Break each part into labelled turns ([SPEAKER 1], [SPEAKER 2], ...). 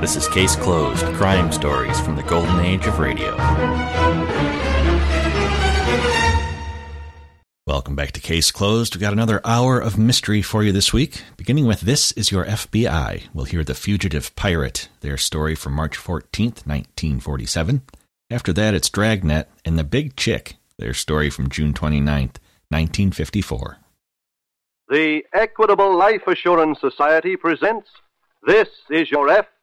[SPEAKER 1] This is Case Closed Crime Stories from the Golden Age of Radio. Welcome back to Case Closed. We've got another hour of mystery for you this week. Beginning with This Is Your FBI, we'll hear The Fugitive Pirate, their story from March 14th, 1947. After that, it's Dragnet and The Big Chick, their story from June 29th, 1954.
[SPEAKER 2] The Equitable Life Assurance Society presents This is Your FBI.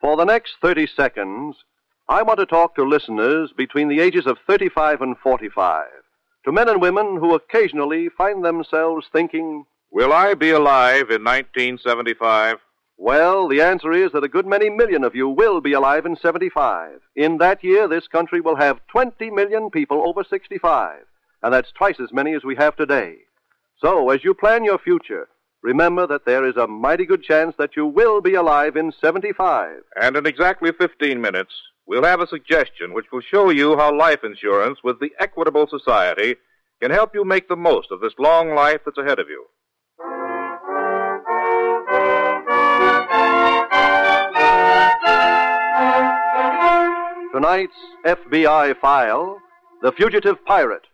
[SPEAKER 2] For the next 30 seconds, I want to talk to listeners between the ages of 35 and 45, to men and women who occasionally find themselves thinking,
[SPEAKER 3] Will I be alive in 1975?
[SPEAKER 2] well, the answer is that a good many million of you will be alive in 75. In that year, this country will have 20 million people over 65, and that's twice as many as we have today. So, as you plan your future, remember that there is a mighty good chance that you will be alive in 75.
[SPEAKER 3] And in exactly 15 minutes, we'll have a suggestion which will show you how life insurance with the Equitable Society can help you make the most of this long life that's ahead of you.
[SPEAKER 2] Tonight's FBI file The Fugitive Pirate.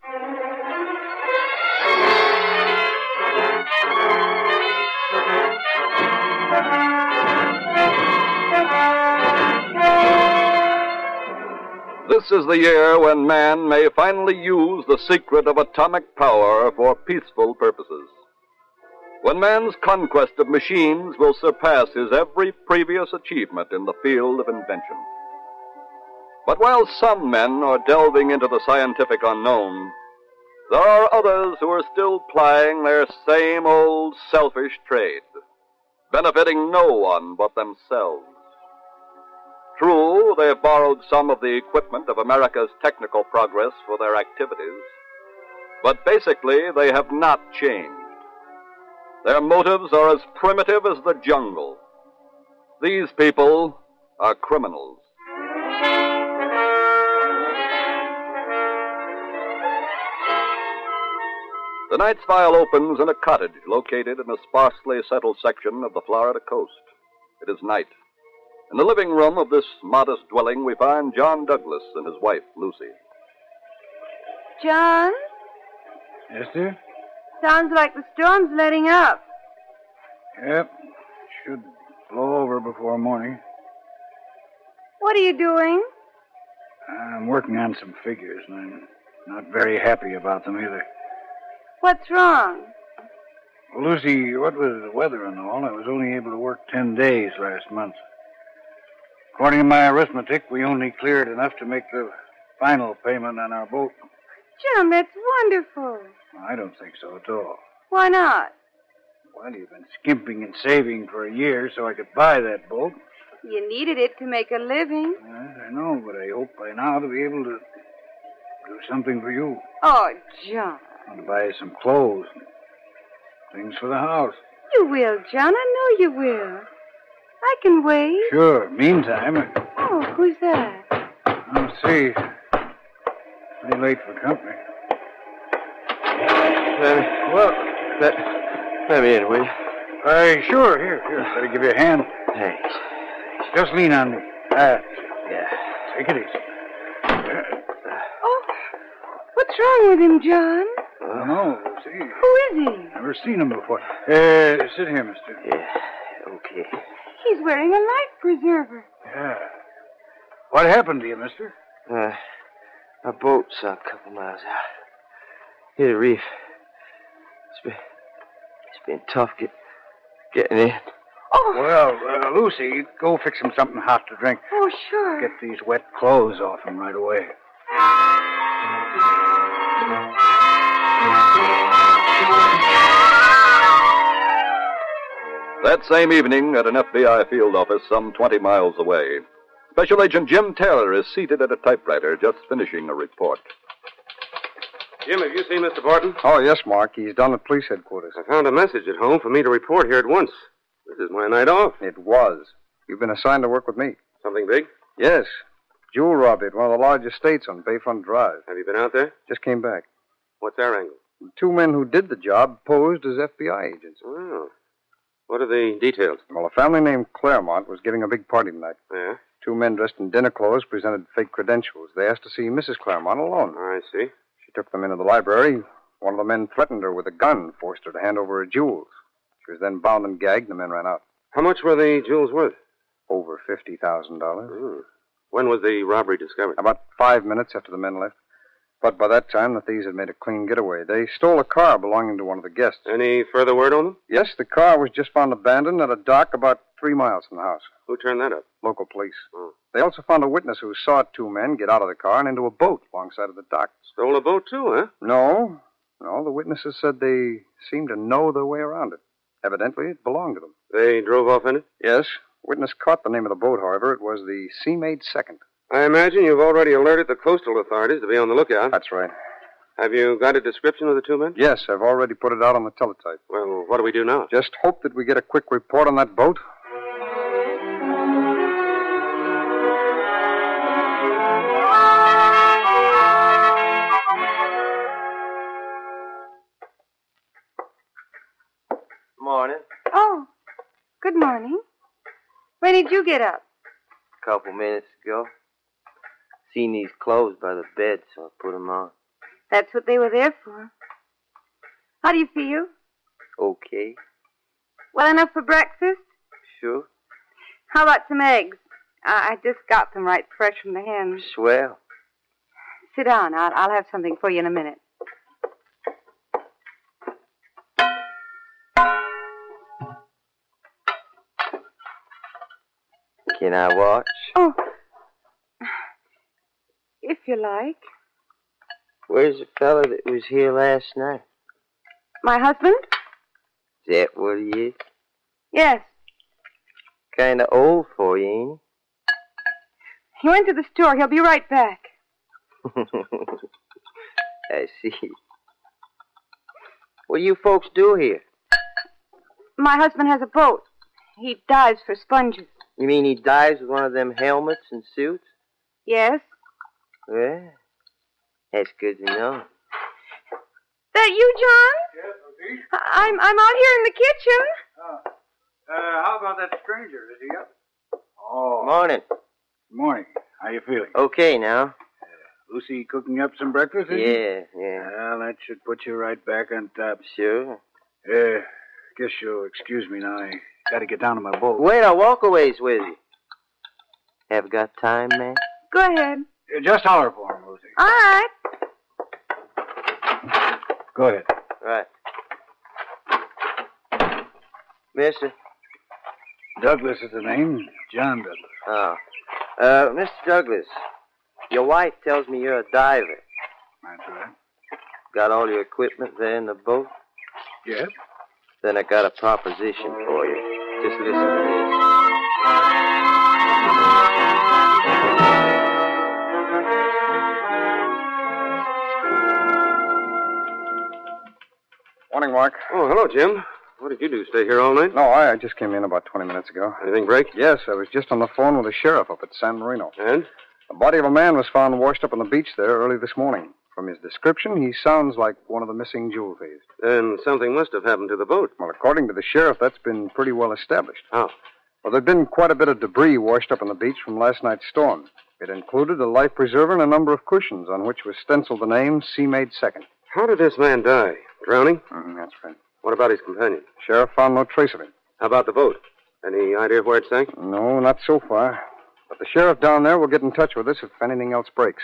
[SPEAKER 4] This is the year when man may finally use the secret of atomic power for peaceful purposes. When man's conquest of machines will surpass his every previous achievement in the field of invention. But while some men are delving into the scientific unknown, there are others who are still plying their same old selfish trade, benefiting no one but themselves. True, they have borrowed some of the equipment of America's technical progress for their activities, but basically they have not changed. Their motives are as primitive as the jungle. These people are criminals. The night's file opens in a cottage located in a sparsely settled section of the Florida coast. It is night. In the living room of this modest dwelling, we find John Douglas and his wife, Lucy.
[SPEAKER 5] John?
[SPEAKER 6] Esther?
[SPEAKER 5] Sounds like the storm's letting up.
[SPEAKER 6] Yep. Should blow over before morning.
[SPEAKER 5] What are you doing?
[SPEAKER 6] I'm working on some figures, and I'm not very happy about them either.
[SPEAKER 5] What's wrong?
[SPEAKER 6] Lucy, what with the weather and all, I was only able to work ten days last month. According to my arithmetic, we only cleared enough to make the final payment on our boat.
[SPEAKER 5] John, that's wonderful.
[SPEAKER 6] I don't think so at all.
[SPEAKER 5] Why not?
[SPEAKER 6] Well, you've been skimping and saving for a year so I could buy that boat.
[SPEAKER 5] You needed it to make a living.
[SPEAKER 6] Yes, I know, but I hope by now to be able to do something for you.
[SPEAKER 5] Oh, John.
[SPEAKER 6] I want to buy you some clothes, things for the house.
[SPEAKER 5] You will, John. I know you will. I can wait.
[SPEAKER 6] Sure. Meantime, I-
[SPEAKER 5] Oh, who's that?
[SPEAKER 6] I'll see. Pretty late for company.
[SPEAKER 4] well, let, let me in, will you?
[SPEAKER 6] Uh, sure. Here, here. Better give you a hand.
[SPEAKER 4] Thanks.
[SPEAKER 6] Just lean on me. Ah,
[SPEAKER 4] Yeah.
[SPEAKER 6] take it easy.
[SPEAKER 5] Oh, what's wrong with him, John?
[SPEAKER 6] I don't know. See,
[SPEAKER 5] Who is he?
[SPEAKER 6] never seen him before. Uh, sit here, mister.
[SPEAKER 4] Yeah. Okay.
[SPEAKER 5] He's wearing a life preserver.
[SPEAKER 6] Yeah. What happened to you, mister?
[SPEAKER 4] Uh, my boat sunk a couple miles out. Hit a reef. It's been, it's been tough get, getting in.
[SPEAKER 5] Oh,
[SPEAKER 6] Well, uh, Lucy, go fix him something hot to drink.
[SPEAKER 5] oh, sure.
[SPEAKER 6] Get these wet clothes off him right away. Oh.
[SPEAKER 4] That same evening, at an FBI field office some 20 miles away, Special Agent Jim Taylor is seated at a typewriter just finishing a report.
[SPEAKER 7] Jim, have you seen Mr. Barton?
[SPEAKER 8] Oh, yes, Mark. He's down at police headquarters.
[SPEAKER 7] I found a message at home for me to report here at once. This is my night off.
[SPEAKER 8] It was. You've been assigned to work with me.
[SPEAKER 7] Something big?
[SPEAKER 8] Yes. Jewel robbery at one of the large estates on Bayfront Drive.
[SPEAKER 7] Have you been out there?
[SPEAKER 8] Just came back.
[SPEAKER 7] What's our angle?
[SPEAKER 8] The two men who did the job posed as FBI agents.
[SPEAKER 7] Oh. What are the details?
[SPEAKER 8] Well, a family named Claremont was giving a big party tonight.
[SPEAKER 7] Yeah?
[SPEAKER 8] Two men dressed in dinner clothes presented fake credentials. They asked to see Mrs. Claremont alone.
[SPEAKER 7] I see.
[SPEAKER 8] She took them into the library. One of the men threatened her with a gun, forced her to hand over her jewels. She was then bound and gagged. The men ran out.
[SPEAKER 7] How much were the jewels worth? Hmm.
[SPEAKER 8] Over fifty thousand
[SPEAKER 7] dollars. When was the robbery discovered?
[SPEAKER 8] About five minutes after the men left. But by that time, the thieves had made a clean getaway. They stole a car belonging to one of the guests.
[SPEAKER 7] Any further word on them?
[SPEAKER 8] Yes, the car was just found abandoned at a dock about three miles from the house.
[SPEAKER 7] Who turned that up?
[SPEAKER 8] Local police.
[SPEAKER 7] Oh.
[SPEAKER 8] They also found a witness who saw two men get out of the car and into a boat alongside of the dock.
[SPEAKER 7] Stole a boat, too, huh?
[SPEAKER 8] No. No, the witnesses said they seemed to know their way around it. Evidently, it belonged to them.
[SPEAKER 7] They drove off in it?
[SPEAKER 8] Yes. Witness caught the name of the boat, however. It was the Seamaid Second.
[SPEAKER 7] I imagine you've already alerted the coastal authorities to be on the lookout.
[SPEAKER 8] That's right.
[SPEAKER 7] Have you got a description of the two men?
[SPEAKER 8] Yes, I've already put it out on the teletype.
[SPEAKER 7] Well, what do we do now?
[SPEAKER 8] Just hope that we get a quick report on that boat.
[SPEAKER 9] Morning.
[SPEAKER 5] Oh, good morning. When did you get up?
[SPEAKER 9] A couple minutes ago seen these clothes by the bed, so I put 'em on.
[SPEAKER 5] That's what they were there for. How do you feel?
[SPEAKER 9] Okay.
[SPEAKER 5] Well enough for breakfast?
[SPEAKER 9] Sure.
[SPEAKER 5] How about some eggs? I, I just got them right fresh from the hen.
[SPEAKER 9] Swell.
[SPEAKER 5] Sit down. I'll, I'll have something for you in a minute.
[SPEAKER 9] Can I watch?
[SPEAKER 5] Oh, if you like.
[SPEAKER 9] Where's the fellow that was here last night?
[SPEAKER 5] My husband?
[SPEAKER 9] Is that what he is?
[SPEAKER 5] Yes.
[SPEAKER 9] Kinda old for you, ain't
[SPEAKER 5] he? He went to the store. He'll be right back.
[SPEAKER 9] I see. What do you folks do here?
[SPEAKER 5] My husband has a boat. He dives for sponges.
[SPEAKER 9] You mean he dives with one of them helmets and suits?
[SPEAKER 5] Yes.
[SPEAKER 9] Well, that's good to know.
[SPEAKER 5] That you, John?
[SPEAKER 6] Yes, okay.
[SPEAKER 5] I'm I'm out here in the kitchen.
[SPEAKER 6] Oh. Uh, how about that stranger? Is he up?
[SPEAKER 9] Oh. Morning.
[SPEAKER 6] Morning. How you feeling?
[SPEAKER 9] Okay now. Uh,
[SPEAKER 6] Lucy cooking up some breakfast?
[SPEAKER 9] yeah, you? yeah.
[SPEAKER 6] Well, that should put you right back on top.
[SPEAKER 9] Sure.
[SPEAKER 6] Yeah. Uh, guess you'll excuse me now. I gotta get down to my boat.
[SPEAKER 9] Wait, I'll walk a ways with you. Have got time, man?
[SPEAKER 5] Go ahead.
[SPEAKER 6] Just holler for him, Lucy.
[SPEAKER 5] All right.
[SPEAKER 6] Go ahead.
[SPEAKER 9] Right. Mister?
[SPEAKER 6] Douglas is the name. John Douglas.
[SPEAKER 9] Oh. Uh, Mr. Douglas, your wife tells me you're a diver.
[SPEAKER 6] That's right.
[SPEAKER 9] Got all your equipment there in the boat?
[SPEAKER 6] Yes.
[SPEAKER 9] Then I got a proposition for you. Just listen to this.
[SPEAKER 8] Morning, Mark.
[SPEAKER 7] Oh, hello, Jim. What did you do? Stay here all night?
[SPEAKER 8] No, I, I, just came in about 20 minutes ago.
[SPEAKER 7] Anything break?
[SPEAKER 8] Yes, I was just on the phone with the sheriff up at San Marino.
[SPEAKER 7] And?
[SPEAKER 8] The body of a man was found washed up on the beach there early this morning. From his description, he sounds like one of the missing jewel thieves.
[SPEAKER 7] Then something must have happened to the boat.
[SPEAKER 8] Well, according to the sheriff, that's been pretty well established.
[SPEAKER 7] How?
[SPEAKER 8] Well, there'd been quite a bit of debris washed up on the beach from last night's storm. It included a life preserver and a number of cushions on which was stenciled the name Seamaid Second.
[SPEAKER 7] How did this man die? Drowning?
[SPEAKER 8] Mm, that's right.
[SPEAKER 7] What about his companion?
[SPEAKER 8] Sheriff found no trace of him.
[SPEAKER 7] How about the boat? Any idea of where it sank?
[SPEAKER 8] No, not so far. But the sheriff down there will get in touch with us if anything else breaks.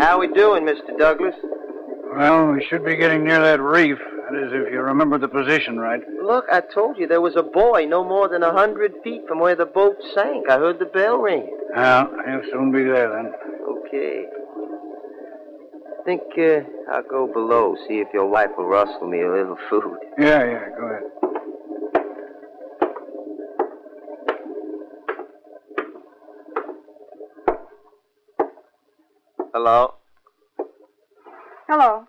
[SPEAKER 9] How we doing, Mr. Douglas?
[SPEAKER 6] Well, we should be getting near that reef. That is, if you remember the position right.
[SPEAKER 9] Look, I told you there was a boy no more than a hundred feet from where the boat sank. I heard the bell ring.
[SPEAKER 6] Now, you'll soon be there then.
[SPEAKER 9] Okay. Think uh, I'll go below, see if your wife will rustle me a little food.
[SPEAKER 6] Yeah, yeah, go ahead.
[SPEAKER 9] Hello?
[SPEAKER 5] Hello.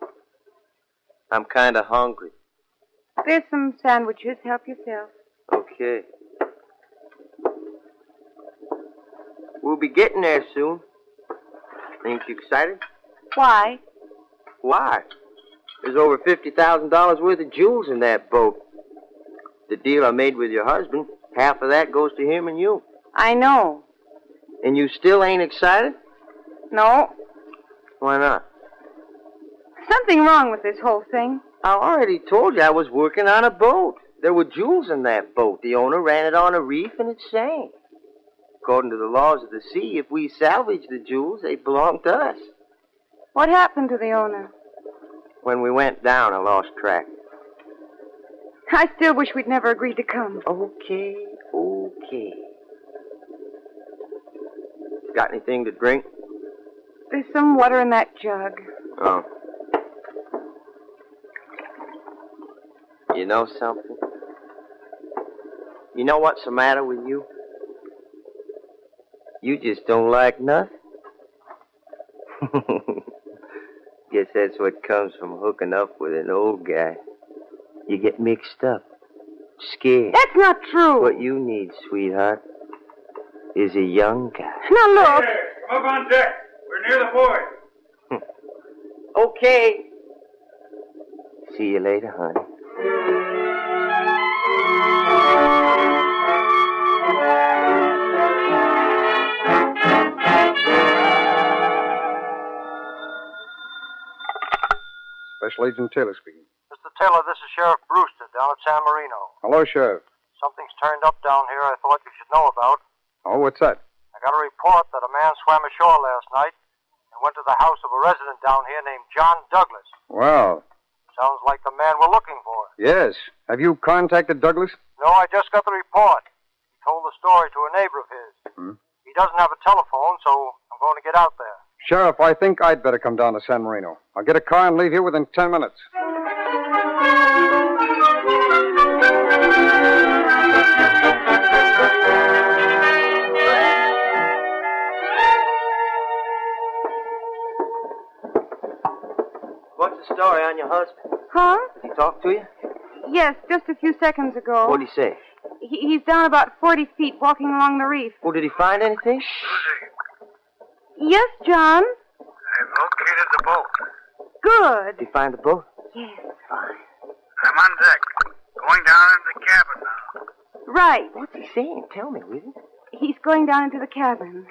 [SPEAKER 9] I'm kind of hungry.
[SPEAKER 5] There's some sandwiches. Help yourself.
[SPEAKER 9] Okay. We'll be getting there soon. Ain't you excited?
[SPEAKER 5] Why?
[SPEAKER 9] Why? There's over $50,000 worth of jewels in that boat. The deal I made with your husband, half of that goes to him and you.
[SPEAKER 5] I know.
[SPEAKER 9] And you still ain't excited?
[SPEAKER 5] No.
[SPEAKER 9] Why not?
[SPEAKER 5] Something wrong with this whole thing.
[SPEAKER 9] I already told you I was working on a boat. There were jewels in that boat. The owner ran it on a reef and it sank. According to the laws of the sea, if we salvage the jewels, they belong to us.
[SPEAKER 5] What happened to the owner?
[SPEAKER 9] When we went down, I lost track.
[SPEAKER 5] I still wish we'd never agreed to come.
[SPEAKER 9] Okay, okay. Got anything to drink?
[SPEAKER 5] There's some water in that jug.
[SPEAKER 9] Oh. You know something? You know what's the matter with you? You just don't like nothing. Guess that's what comes from hooking up with an old guy. You get mixed up, scared.
[SPEAKER 5] That's not true.
[SPEAKER 9] What you need, sweetheart, is a young guy.
[SPEAKER 5] Now look.
[SPEAKER 10] Hey, come up on deck. We're near the boy.
[SPEAKER 9] Okay. See you later, honey.
[SPEAKER 8] Special Agent Taylor speaking.
[SPEAKER 11] Mr. Taylor, this is Sheriff Brewster down at San Marino.
[SPEAKER 8] Hello, Sheriff.
[SPEAKER 11] Something's turned up down here I thought you should know about.
[SPEAKER 8] Oh, what's that?
[SPEAKER 11] I got a report that a man swam ashore last night and went to the house of a resident down here named John Douglas.
[SPEAKER 8] Well,
[SPEAKER 11] Sounds like the man we're looking for.
[SPEAKER 8] yes. Have you contacted Douglas?
[SPEAKER 11] No, I just got the report. He told the story to a neighbor of his.
[SPEAKER 8] Hmm.
[SPEAKER 11] He doesn't have a telephone, so I'm going to get out there.
[SPEAKER 8] Sheriff, I think I'd better come down to San Marino. I'll get a car and leave here within ten minutes.
[SPEAKER 9] What's the story on your husband?
[SPEAKER 5] Huh?
[SPEAKER 9] He talked to you?
[SPEAKER 5] Yes, just a few seconds ago.
[SPEAKER 9] What'd he say?
[SPEAKER 5] He, he's down about 40 feet walking along the reef.
[SPEAKER 9] Well, Oh, did he find anything?
[SPEAKER 5] Yes, John?
[SPEAKER 10] I've located the boat.
[SPEAKER 5] Good.
[SPEAKER 9] Did he find the boat?
[SPEAKER 5] Yes.
[SPEAKER 10] I'm on deck. Going down into the cabin now.
[SPEAKER 5] Right.
[SPEAKER 9] What's he saying? Tell me, will you?
[SPEAKER 5] He's going down into the cabin.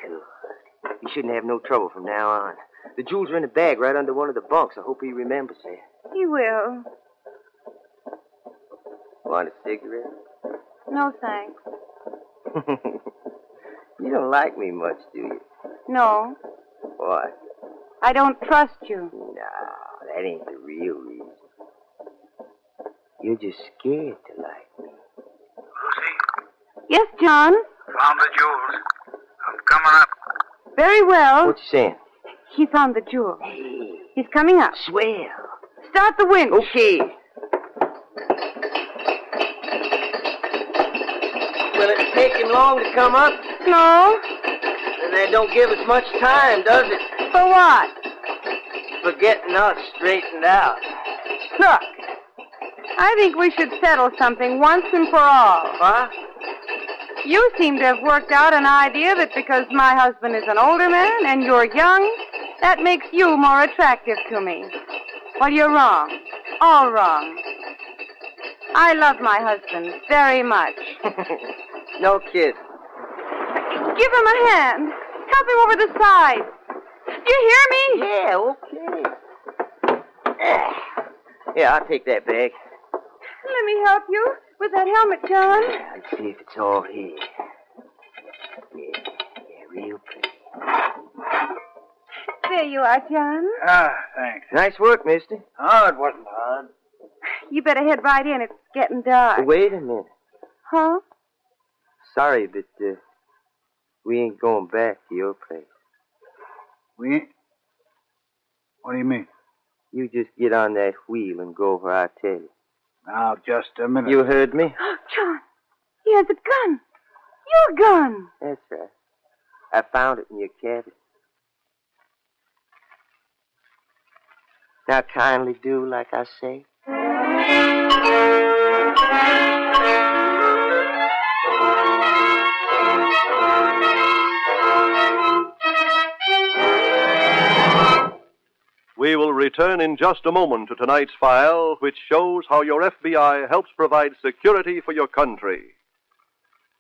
[SPEAKER 9] You shouldn't have no trouble from now on. The jewels are in a bag right under one of the bunks. I hope he remembers it.
[SPEAKER 5] He will.
[SPEAKER 9] Want a cigarette?
[SPEAKER 5] No, thanks.
[SPEAKER 9] you don't like me much, do you?
[SPEAKER 5] No.
[SPEAKER 9] Why?
[SPEAKER 5] I don't trust you.
[SPEAKER 9] No, that ain't the real reason. You're just scared to like me.
[SPEAKER 5] Yes, John?
[SPEAKER 10] Found the jewels. I'm coming up.
[SPEAKER 5] Very well.
[SPEAKER 9] What you saying?
[SPEAKER 5] He found the jewel. He's coming up.
[SPEAKER 9] Swell.
[SPEAKER 5] Start the winch.
[SPEAKER 9] Okay. Will it take him long to come up?
[SPEAKER 5] No.
[SPEAKER 9] And that don't give us much time, does it?
[SPEAKER 5] For what?
[SPEAKER 9] For getting us straightened out.
[SPEAKER 5] Look, I think we should settle something once and for all.
[SPEAKER 9] Huh?
[SPEAKER 5] You seem to have worked out an idea that because my husband is an older man and you're young, that makes you more attractive to me. Well, you're wrong. All wrong. I love my husband very much.
[SPEAKER 9] no kid.
[SPEAKER 5] Give him a hand. Help him over the side. Do you hear me?
[SPEAKER 9] Yeah, okay. Yeah, I'll take that bag.
[SPEAKER 5] Let me help you with that helmet, John.
[SPEAKER 9] Let's see if it's all here. Yeah, yeah, real pretty.
[SPEAKER 5] There you are, John.
[SPEAKER 6] Ah, thanks.
[SPEAKER 9] Nice work, mister.
[SPEAKER 6] Oh, it wasn't hard.
[SPEAKER 5] You better head right in. It's getting dark.
[SPEAKER 9] Wait a minute.
[SPEAKER 5] Huh?
[SPEAKER 9] Sorry, but uh, we ain't going back to your place.
[SPEAKER 6] We ain't? What do you mean?
[SPEAKER 9] You just get on that wheel and go where I tell you.
[SPEAKER 6] Now, just a minute.
[SPEAKER 9] You heard me?
[SPEAKER 5] John, he has a gun. Your gun.
[SPEAKER 9] That's right. I found it in your cabin. Now kindly do like I say.
[SPEAKER 2] We will return in just a moment to tonight's file, which shows how your FBI helps provide security for your country.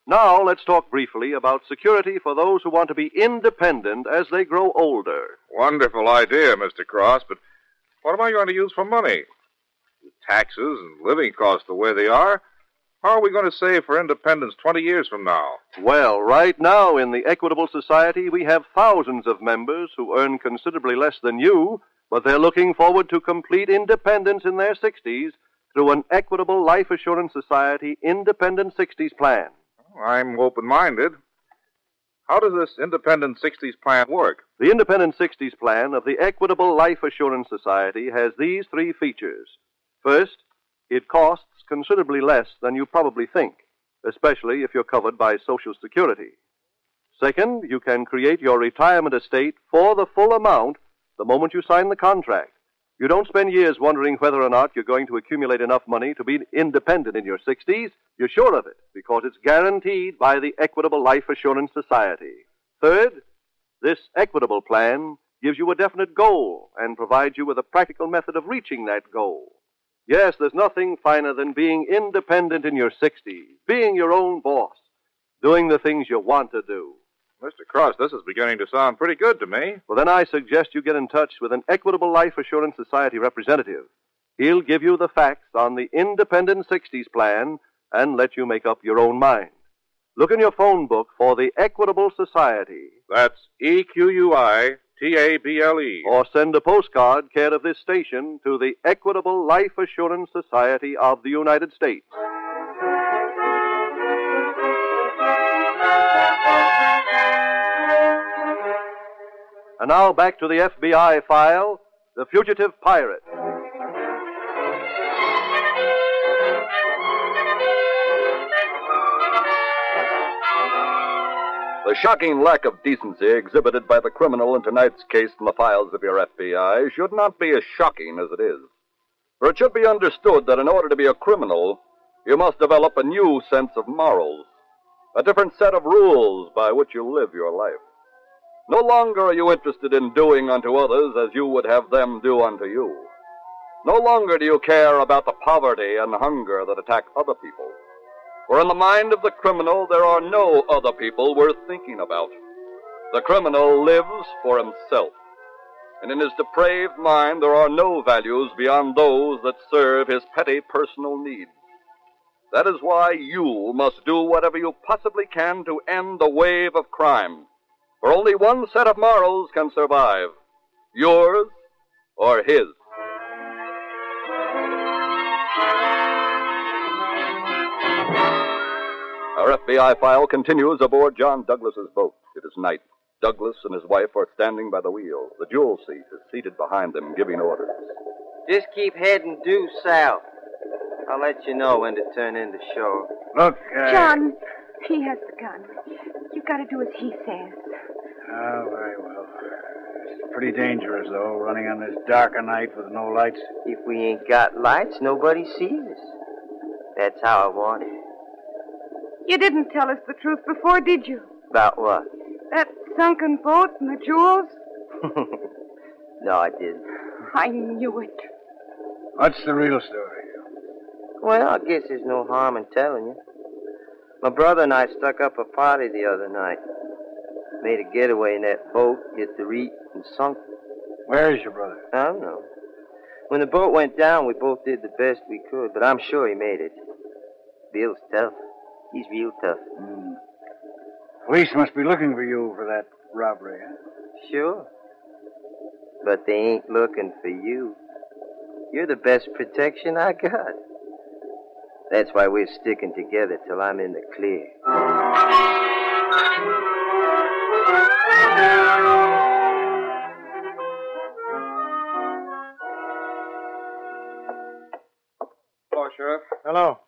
[SPEAKER 2] Now, let's talk briefly about security for those who want to be independent as they grow older.
[SPEAKER 3] Wonderful idea, Mr. Cross, but what am I going to use for money? With taxes and living costs the way they are, how are we going to save for independence 20 years from now?
[SPEAKER 2] Well, right now in the Equitable Society, we have thousands of members who earn considerably less than you, but they're looking forward to complete independence in their 60s through an Equitable Life Assurance Society Independent 60s plan.
[SPEAKER 3] I'm open minded. How does this Independent 60s plan work?
[SPEAKER 2] The Independent 60s plan of the Equitable Life Assurance Society has these three features. First, it costs considerably less than you probably think, especially if you're covered by Social Security. Second, you can create your retirement estate for the full amount the moment you sign the contract. You don't spend years wondering whether or not you're going to accumulate enough money to be independent in your 60s. You're sure of it because it's guaranteed by the Equitable Life Assurance Society. Third, this equitable plan gives you a definite goal and provides you with a practical method of reaching that goal. Yes, there's nothing finer than being independent in your 60s, being your own boss, doing the things you want to do.
[SPEAKER 3] Mr. Cross, this is beginning to sound pretty good to me.
[SPEAKER 2] Well, then I suggest you get in touch with an Equitable Life Assurance Society representative. He'll give you the facts on the Independent 60s plan and let you make up your own mind. Look in your phone book for the Equitable Society.
[SPEAKER 3] That's E Q U I T A B L E.
[SPEAKER 2] Or send a postcard care of this station to the Equitable Life Assurance Society of the United States. And now back to the FBI file The Fugitive Pirate.
[SPEAKER 4] The shocking lack of decency exhibited by the criminal in tonight's case in the files of your FBI should not be as shocking as it is. For it should be understood that in order to be a criminal, you must develop a new sense of morals, a different set of rules by which you live your life. No longer are you interested in doing unto others as you would have them do unto you. No longer do you care about the poverty and hunger that attack other people. For in the mind of the criminal, there are no other people worth thinking about. The criminal lives for himself. And in his depraved mind, there are no values beyond those that serve his petty personal needs. That is why you must do whatever you possibly can to end the wave of crime. For only one set of morals can survive yours or his. Our FBI file continues aboard John Douglas's boat. It is night. Douglas and his wife are standing by the wheel. The jewel seat is seated behind them, giving orders.
[SPEAKER 9] Just keep heading due south. I'll let you know when to turn in to shore.
[SPEAKER 6] Look, uh,
[SPEAKER 5] John, he has the gun. You've got to do as he says.
[SPEAKER 6] Ah, very well. It's pretty dangerous, though, running on this darker night with no lights.
[SPEAKER 9] If we ain't got lights, nobody sees us. That's how I want it.
[SPEAKER 5] You didn't tell us the truth before, did you?
[SPEAKER 9] About what?
[SPEAKER 5] That sunken boat and the jewels?
[SPEAKER 9] no, I didn't.
[SPEAKER 5] I knew it.
[SPEAKER 6] What's the real story?
[SPEAKER 9] Well, I guess there's no harm in telling you. My brother and I stuck up a party the other night. Made a getaway in that boat, hit the reef, and sunk.
[SPEAKER 6] Where is your brother?
[SPEAKER 9] I don't know. When the boat went down, we both did the best we could, but I'm sure he made it. Bill's tough. He's real tough.
[SPEAKER 6] Hmm. Police must be looking for you for that robbery. huh?
[SPEAKER 9] Sure. But they ain't looking for you. You're the best protection I got. That's why we're sticking together till I'm in the clear.
[SPEAKER 12] Hello, Sheriff.
[SPEAKER 6] Hello.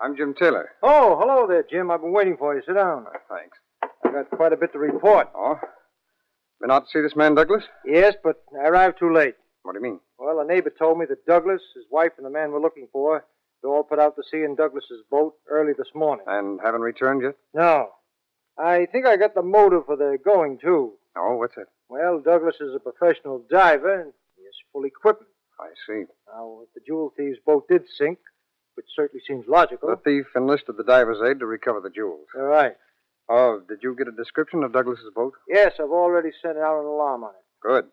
[SPEAKER 8] I'm Jim Taylor. Ah,
[SPEAKER 12] Oh, hello there, Jim. I've been waiting for you. Sit down.
[SPEAKER 8] Thanks.
[SPEAKER 12] I got quite a bit to report.
[SPEAKER 8] Oh? Been out to see this man, Douglas?
[SPEAKER 12] Yes, but I arrived too late.
[SPEAKER 8] What do you mean?
[SPEAKER 12] Well, a neighbor told me that Douglas, his wife, and the man we're looking for, they all put out to sea in Douglas's boat early this morning.
[SPEAKER 8] And haven't returned yet?
[SPEAKER 12] No. I think I got the motive for their going, too.
[SPEAKER 8] Oh, what's it?
[SPEAKER 12] Well, Douglas is a professional diver, and he is full equipment.
[SPEAKER 8] I see.
[SPEAKER 12] Now, if the jewel thieves' boat did sink, which certainly seems logical.
[SPEAKER 8] The thief enlisted the diver's aid to recover the jewels.
[SPEAKER 12] All right.
[SPEAKER 8] Oh, did you get a description of Douglas's boat?
[SPEAKER 12] Yes, I've already sent out an alarm on it.
[SPEAKER 8] Good.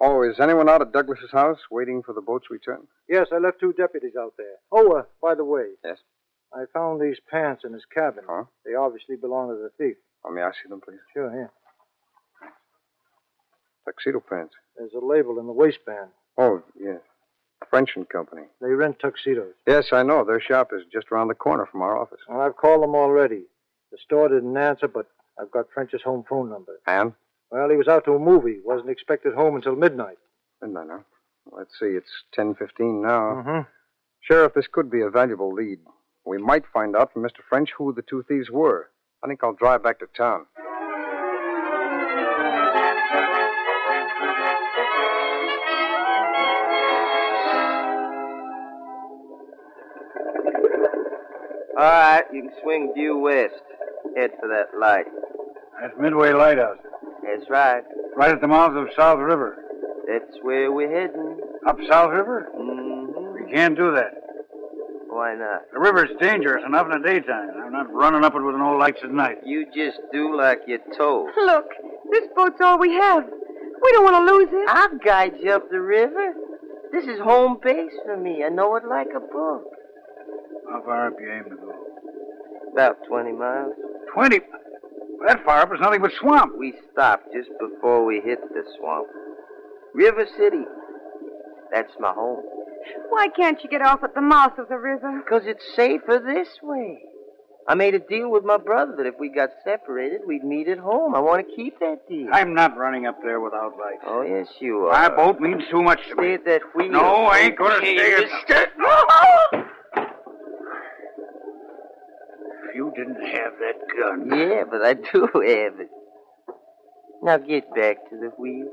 [SPEAKER 8] Oh, is anyone out at Douglas's house waiting for the boat's return?
[SPEAKER 12] Yes, I left two deputies out there. Oh, uh, by the way.
[SPEAKER 8] Yes.
[SPEAKER 12] I found these pants in his cabin.
[SPEAKER 8] Huh?
[SPEAKER 12] They obviously belong to the thief.
[SPEAKER 8] Oh, may I see them, please?
[SPEAKER 12] Sure, here.
[SPEAKER 8] Tuxedo pants.
[SPEAKER 12] There's a label in the waistband.
[SPEAKER 8] Oh, yeah. French and Company.
[SPEAKER 12] They rent tuxedos.
[SPEAKER 8] Yes, I know. Their shop is just around the corner from our office.
[SPEAKER 12] And I've called them already. The store didn't answer, but I've got French's home phone number.
[SPEAKER 8] And?
[SPEAKER 12] Well, he was out to a movie. Wasn't expected home until midnight.
[SPEAKER 8] Midnight, huh? Let's see. It's 10.15 now.
[SPEAKER 12] Mhm.
[SPEAKER 8] Sheriff, this could be a valuable lead. We might find out from Mr. French who the two thieves were. I think I'll drive back to town.
[SPEAKER 9] All right, you can swing due west. Head for that light.
[SPEAKER 6] That's Midway Lighthouse,
[SPEAKER 9] That's right.
[SPEAKER 6] right at the mouth of South River.
[SPEAKER 9] That's where we're heading.
[SPEAKER 6] Up South River?
[SPEAKER 9] Mm-hmm.
[SPEAKER 6] We can't do that.
[SPEAKER 9] Why not?
[SPEAKER 6] The river's dangerous enough in the daytime. I'm not running up it with no lights at night.
[SPEAKER 9] You just do like you're told.
[SPEAKER 5] Look, this boat's all we have. We don't want to lose it.
[SPEAKER 9] I'll guide you up the river. This is home base for me. I know it like a book.
[SPEAKER 6] How far up you aim to go?
[SPEAKER 9] About 20 miles.
[SPEAKER 6] Twenty. That far up is nothing but swamp.
[SPEAKER 9] We stopped just before we hit the swamp. River City. That's my home.
[SPEAKER 5] Why can't you get off at the mouth of the river?
[SPEAKER 9] Because it's safer this way. I made a deal with my brother that if we got separated, we'd meet at home. I want to keep that deal.
[SPEAKER 6] I'm not running up there without lights.
[SPEAKER 9] Oh, yes, you are.
[SPEAKER 6] My boat means too much to
[SPEAKER 9] Stay
[SPEAKER 6] me.
[SPEAKER 9] at that wheel.
[SPEAKER 6] No, I ain't gonna stay at If you didn't have that gun.
[SPEAKER 9] Yeah, but I do have it. Now get back to the wheel.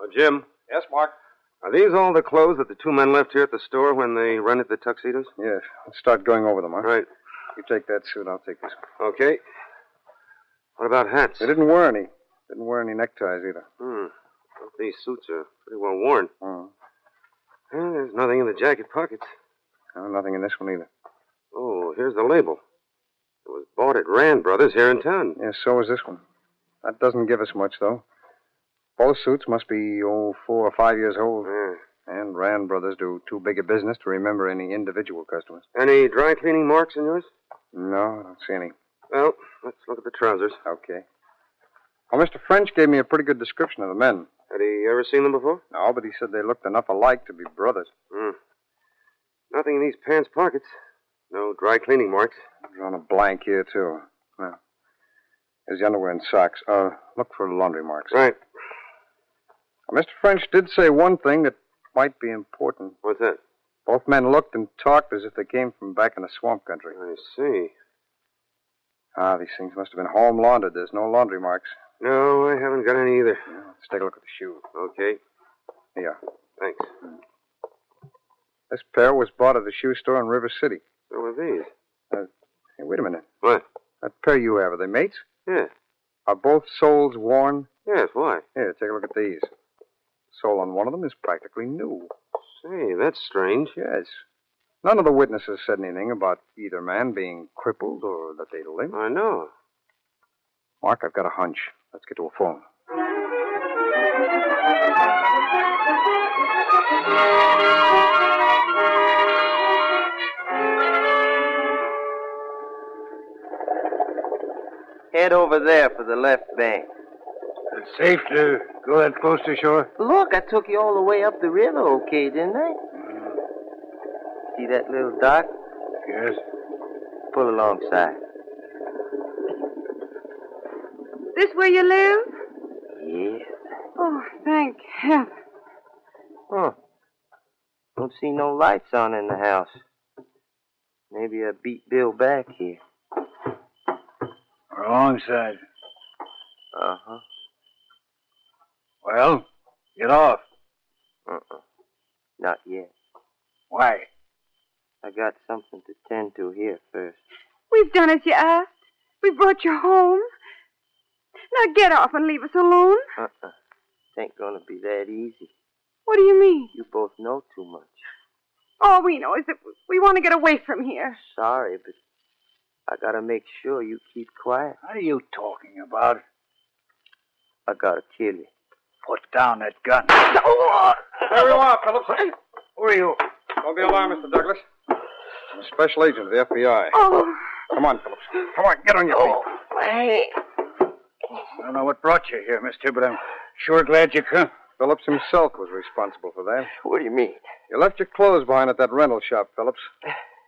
[SPEAKER 7] Uh, Jim,
[SPEAKER 11] Yes, Mark.
[SPEAKER 7] are these all the clothes that the two men left here at the store when they rented the tuxedos?
[SPEAKER 8] Yes. Let's start going over them, huh?
[SPEAKER 7] Right.
[SPEAKER 8] You take that suit, I'll take this one.
[SPEAKER 7] Okay. What about hats?
[SPEAKER 8] They didn't wear any. Didn't wear any neckties either.
[SPEAKER 7] Hmm. Well, These suits are pretty well worn.
[SPEAKER 8] Hmm.
[SPEAKER 7] Yeah, there's nothing in the jacket pockets.
[SPEAKER 8] No, nothing in this one either.
[SPEAKER 7] Oh, here's the label. It was bought at Rand Brothers here in town.
[SPEAKER 8] Yes, so is this one. That doesn't give us much, though. Both suits must be, oh, four or five years old.
[SPEAKER 7] Yeah.
[SPEAKER 8] And Rand Brothers do too big a business to remember any individual customers.
[SPEAKER 7] Any dry cleaning marks in yours?
[SPEAKER 8] No, I don't see any.
[SPEAKER 7] Well, let's look at the trousers.
[SPEAKER 8] Okay. Well, Mr. French gave me a pretty good description of the men.
[SPEAKER 7] Had he ever seen them before?
[SPEAKER 8] No, but he said they looked enough alike to be brothers.
[SPEAKER 7] Hmm. Nothing in these pants pockets. No dry cleaning marks.
[SPEAKER 8] I've drawn a blank here, too. Well, There's the underwear and socks. Uh, look for laundry marks.
[SPEAKER 7] Right.
[SPEAKER 8] Now, Mr. French did say one thing that might be important.
[SPEAKER 7] What's that?
[SPEAKER 8] Both men looked and talked as if they came from back in the swamp country.
[SPEAKER 7] I see.
[SPEAKER 8] Ah, these things must have been home laundered. There's no laundry marks.
[SPEAKER 7] No, I haven't got any either.
[SPEAKER 8] Yeah, let's take a look at the shoe.
[SPEAKER 7] Okay,
[SPEAKER 8] Here.
[SPEAKER 7] thanks.
[SPEAKER 8] This pair was bought at the shoe store in River City.
[SPEAKER 7] So are these.
[SPEAKER 8] Hey, wait a minute.
[SPEAKER 7] What?
[SPEAKER 8] That pair you have, are they mates?
[SPEAKER 7] Yeah.
[SPEAKER 8] Are both soles worn?
[SPEAKER 7] Yes, why?
[SPEAKER 8] Here, take a look at these. Sole on one of them is practically new.
[SPEAKER 7] Say, that's strange.
[SPEAKER 8] Yes. None of the witnesses said anything about either man being crippled or that they limped.
[SPEAKER 7] I know.
[SPEAKER 8] Mark, I've got a hunch. Let's get to a phone.
[SPEAKER 9] Head over there for the left bank.
[SPEAKER 6] It's safe to go that close to shore?
[SPEAKER 9] Look, I took you all the way up the river okay, didn't I? See that little dock?
[SPEAKER 6] Mm-hmm. Yes.
[SPEAKER 9] Pull alongside.
[SPEAKER 5] This where you live?
[SPEAKER 9] Yeah.
[SPEAKER 5] Oh, thank heaven.
[SPEAKER 9] Huh. Don't see no lights on in the house. Maybe I beat Bill back here.
[SPEAKER 6] We're alongside.
[SPEAKER 9] Uh huh.
[SPEAKER 6] Well, get off.
[SPEAKER 9] Uh-uh. Not yet.
[SPEAKER 6] Why?
[SPEAKER 9] I got something to tend to here first.
[SPEAKER 5] We've done as you asked. We brought you home. Now get off and leave us alone.
[SPEAKER 9] Uh-uh. It ain't gonna be that easy.
[SPEAKER 5] What do you mean?
[SPEAKER 9] You both know too much.
[SPEAKER 5] All we know is that we want to get away from here.
[SPEAKER 9] Sorry, but I gotta make sure you keep quiet.
[SPEAKER 6] What are you talking about?
[SPEAKER 9] I gotta kill you.
[SPEAKER 6] Put down that gun.
[SPEAKER 13] There you are, Phillips.
[SPEAKER 6] Who are you?
[SPEAKER 13] Don't be alarmed, Mr. Douglas.
[SPEAKER 8] I'm a special agent of the FBI.
[SPEAKER 5] Oh.
[SPEAKER 8] Come on, Phillips. Come on, get on your feet.
[SPEAKER 9] Hey.
[SPEAKER 6] I don't know what brought you here, mister, but I'm sure glad you come.
[SPEAKER 8] Phillips himself was responsible for that.
[SPEAKER 9] What do you mean?
[SPEAKER 8] You left your clothes behind at that rental shop, Phillips.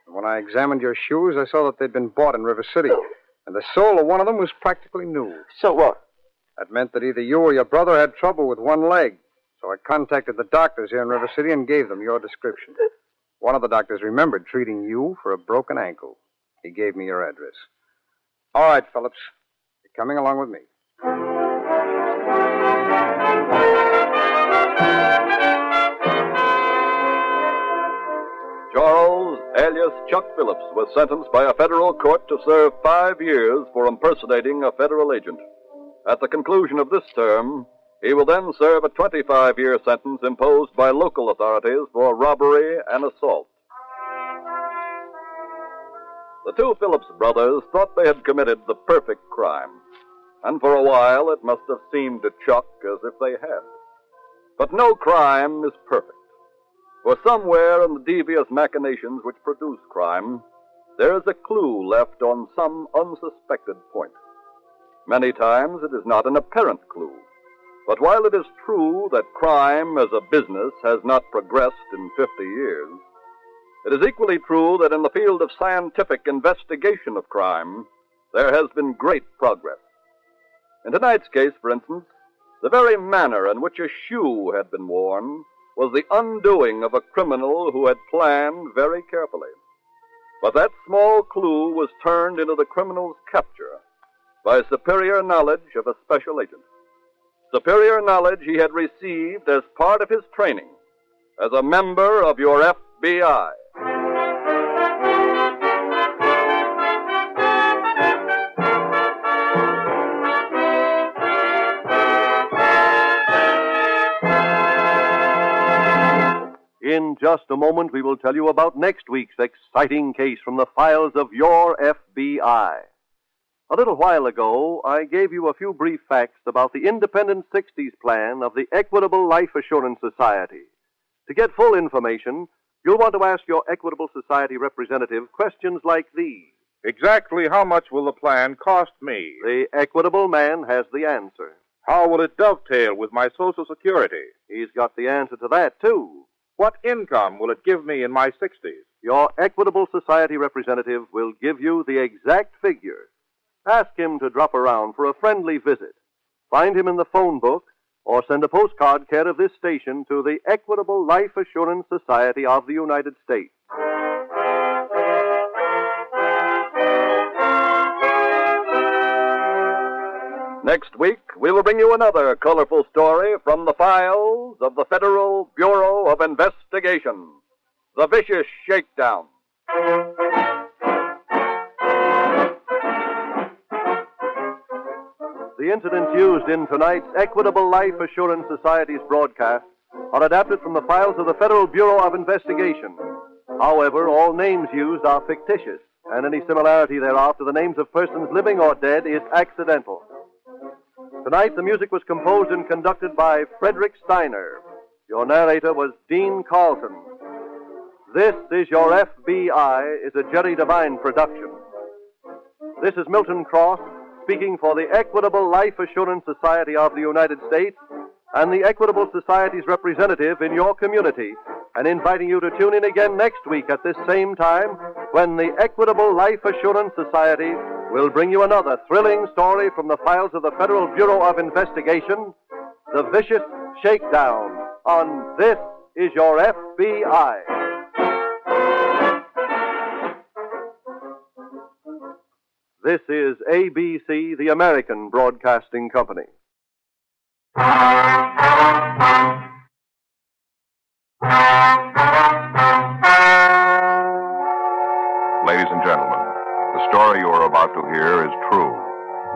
[SPEAKER 8] And when I examined your shoes, I saw that they'd been bought in River City. And the sole of one of them was practically new.
[SPEAKER 9] Oh. So what?
[SPEAKER 8] That meant that either you or your brother had trouble with one leg. So I contacted the doctors here in River City and gave them your description. One of the doctors remembered treating you for a broken ankle. He gave me your address. All right, Phillips. You're coming along with me.
[SPEAKER 4] Charles, alias Chuck Phillips, was sentenced by a federal court to serve five years for impersonating a federal agent. At the conclusion of this term, he will then serve a 25 year sentence imposed by local authorities for robbery and assault. The two Phillips brothers thought they had committed the perfect crime, and for a while it must have seemed to Chuck as if they had. But no crime is perfect. For somewhere in the devious machinations which produce crime, there is a clue left on some unsuspected point. Many times it is not an apparent clue. But while it is true that crime as a business has not progressed in 50 years, it is equally true that in the field of scientific investigation of crime, there has been great progress. In tonight's case, for instance, the very manner in which a shoe had been worn was the undoing of a criminal who had planned very carefully. But that small clue was turned into the criminal's capture by superior knowledge of a special agent. Superior knowledge he had received as part of his training as a member of your FBI.
[SPEAKER 2] In just a moment, we will tell you about next week's exciting case from the files of your FBI. A little while ago, I gave you a few brief facts about the Independent 60s plan of the Equitable Life Assurance Society. To get full information, you'll want to ask your Equitable Society representative questions like these.
[SPEAKER 3] Exactly how much will the plan cost me?
[SPEAKER 2] The Equitable man has the answer.
[SPEAKER 3] How will it dovetail with my Social Security?
[SPEAKER 2] He's got the answer to that, too.
[SPEAKER 3] What income will it give me in my 60s?
[SPEAKER 2] Your Equitable Society representative will give you the exact figure. Ask him to drop around for a friendly visit. Find him in the phone book or send a postcard care of this station to the Equitable Life Assurance Society of the United States.
[SPEAKER 4] Next week, we will bring you another colorful story from the files of the Federal Bureau of Investigation The Vicious Shakedown.
[SPEAKER 2] The incidents used in tonight's Equitable Life Assurance Society's broadcast are adapted from the files of the Federal Bureau of Investigation. However, all names used are fictitious, and any similarity thereof to the names of persons living or dead is accidental. Tonight, the music was composed and conducted by Frederick Steiner. Your narrator was Dean Carlton. This is Your FBI is a Jerry Devine production. This is Milton Cross speaking for the Equitable Life Assurance Society of the United States and the Equitable Society's representative in your community, and inviting you to tune in again next week at this same time when the Equitable Life Assurance Society will bring you another thrilling story from the files of the Federal Bureau of Investigation The Vicious Shakedown on This Is Your FBI. This is ABC, the American Broadcasting Company.
[SPEAKER 14] Ladies and gentlemen, the story you are about to hear is true.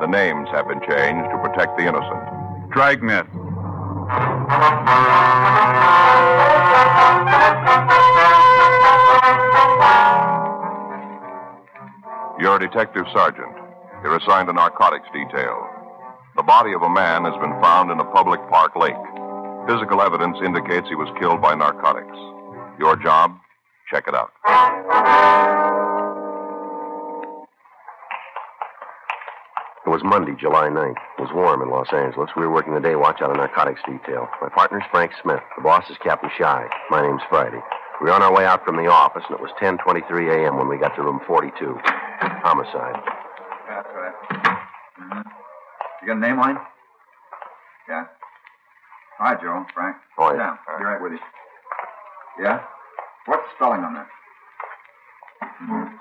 [SPEAKER 14] The names have been changed to protect the innocent. Dragnet. You're a detective sergeant. You're assigned to narcotics detail. The body of a man has been found in a public park lake. Physical evidence indicates he was killed by narcotics. Your job? Check it out.
[SPEAKER 15] It was Monday, July 9th. It was warm in Los Angeles. We were working the day watch out of narcotics detail. My partner's Frank Smith. The boss is Captain Shy. My name's Friday. We were on our way out from the office, and it was 10.23 a.m. when we got to room 42. Homicide.
[SPEAKER 16] That's right. Mm-hmm. You got a name on him? Yeah. Hi, Joe. Frank.
[SPEAKER 15] Oh,
[SPEAKER 16] yeah. Be right with you. Yeah? What's the spelling on that? Mhm.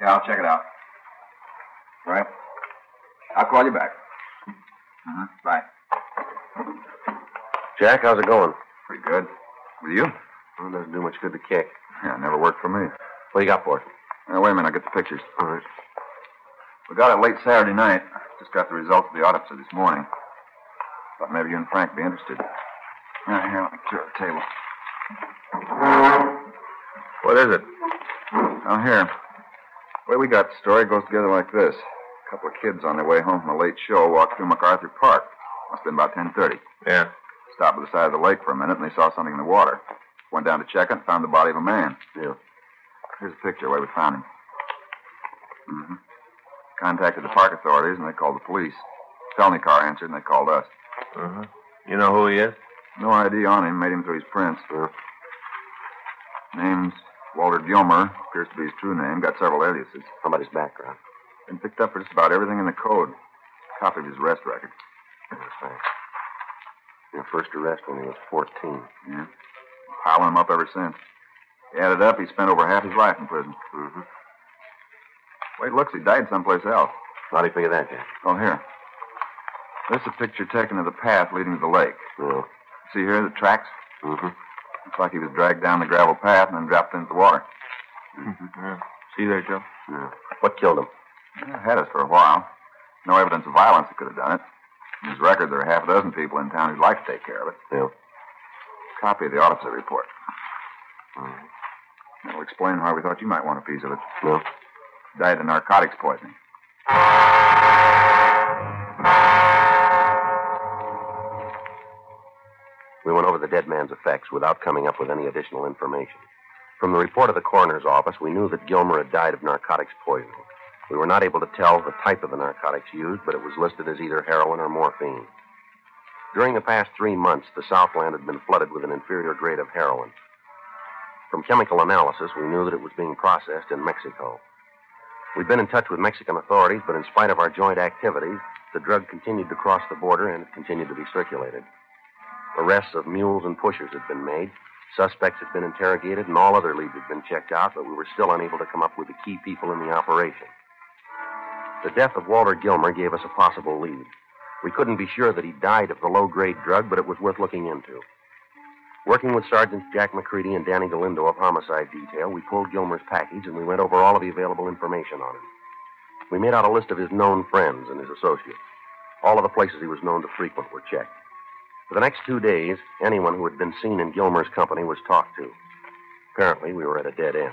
[SPEAKER 16] Yeah, I'll check it out. All right. I'll call you back. Uh-huh. Bye.
[SPEAKER 15] Jack, how's it going?
[SPEAKER 16] Pretty good. With you?
[SPEAKER 15] Well, it doesn't do much good to kick.
[SPEAKER 16] Yeah, never worked for me.
[SPEAKER 15] What do you got for it?
[SPEAKER 16] Uh, wait a minute. I'll get the pictures.
[SPEAKER 15] All right.
[SPEAKER 16] We got it late Saturday night. Just got the results of the autopsy this morning. Thought maybe you and Frank would be interested. Yeah, here, let me clear the table. What is it? Oh, here. The way we got the story goes together like this. A couple of kids on their way home from a late show walked through MacArthur Park. Must have been about 10.30.
[SPEAKER 14] Yeah.
[SPEAKER 16] Stopped by the side of the lake for a minute, and they saw something in the water. Went down to check it and found the body of a man.
[SPEAKER 15] Yeah.
[SPEAKER 16] Here's a picture of where we found him. Mm-hmm. Contacted the park authorities, and they called the police. Felony car answered, and they called us.
[SPEAKER 14] Uh-huh. You know who he is?
[SPEAKER 16] No ID on him. Made him through his prints. Name's Walter Gilmer. Appears to be his true name. Got several aliases.
[SPEAKER 15] How about his background?
[SPEAKER 16] Been picked up for just about everything in the code. Copy of his arrest record.
[SPEAKER 15] Thanks. Your first arrest when he was 14.
[SPEAKER 16] Yeah. Piling him up ever since. Added up, he spent over half his life in prison.
[SPEAKER 15] Mm-hmm.
[SPEAKER 16] Wait, looks, he died someplace else.
[SPEAKER 15] How'd he figure that, Jack?
[SPEAKER 16] Oh, here. This is a picture taken of the path leading to the lake.
[SPEAKER 15] Well,
[SPEAKER 16] See here, the tracks?
[SPEAKER 15] mm-hmm.
[SPEAKER 16] Looks like he was dragged down the gravel path and then dropped into the water.
[SPEAKER 14] yeah. See there, Joe?
[SPEAKER 15] Mm-hmm. Yeah. What killed him?
[SPEAKER 16] Yeah, had us for a while. No evidence of violence that could have done it. In his record, there are half a dozen people in town who'd like to take care of it.
[SPEAKER 15] Yeah.
[SPEAKER 16] Copy of the autopsy report. That'll explain why we thought you might want a piece of it.
[SPEAKER 15] Mm-hmm. Yeah.
[SPEAKER 16] Died of narcotics poisoning.
[SPEAKER 15] We went over the dead man's effects without coming up with any additional information. From the report of the coroner's office, we knew that Gilmer had died of narcotics poisoning. We were not able to tell the type of the narcotics used, but it was listed as either heroin or morphine. During the past three months, the Southland had been flooded with an inferior grade of heroin. From chemical analysis, we knew that it was being processed in Mexico. We'd been in touch with Mexican authorities, but in spite of our joint activities, the drug continued to cross the border and it continued to be circulated. Arrests of mules and pushers had been made. Suspects had been interrogated and all other leads had been checked out, but we were still unable to come up with the key people in the operation. The death of Walter Gilmer gave us a possible lead. We couldn't be sure that he died of the low grade drug, but it was worth looking into. Working with Sergeants Jack McCready and Danny Galindo of Homicide Detail, we pulled Gilmer's package and we went over all of the available information on him. We made out a list of his known friends and his associates. All of the places he was known to frequent were checked. For the next two days, anyone who had been seen in Gilmer's company was talked to. Apparently, we were at a dead end.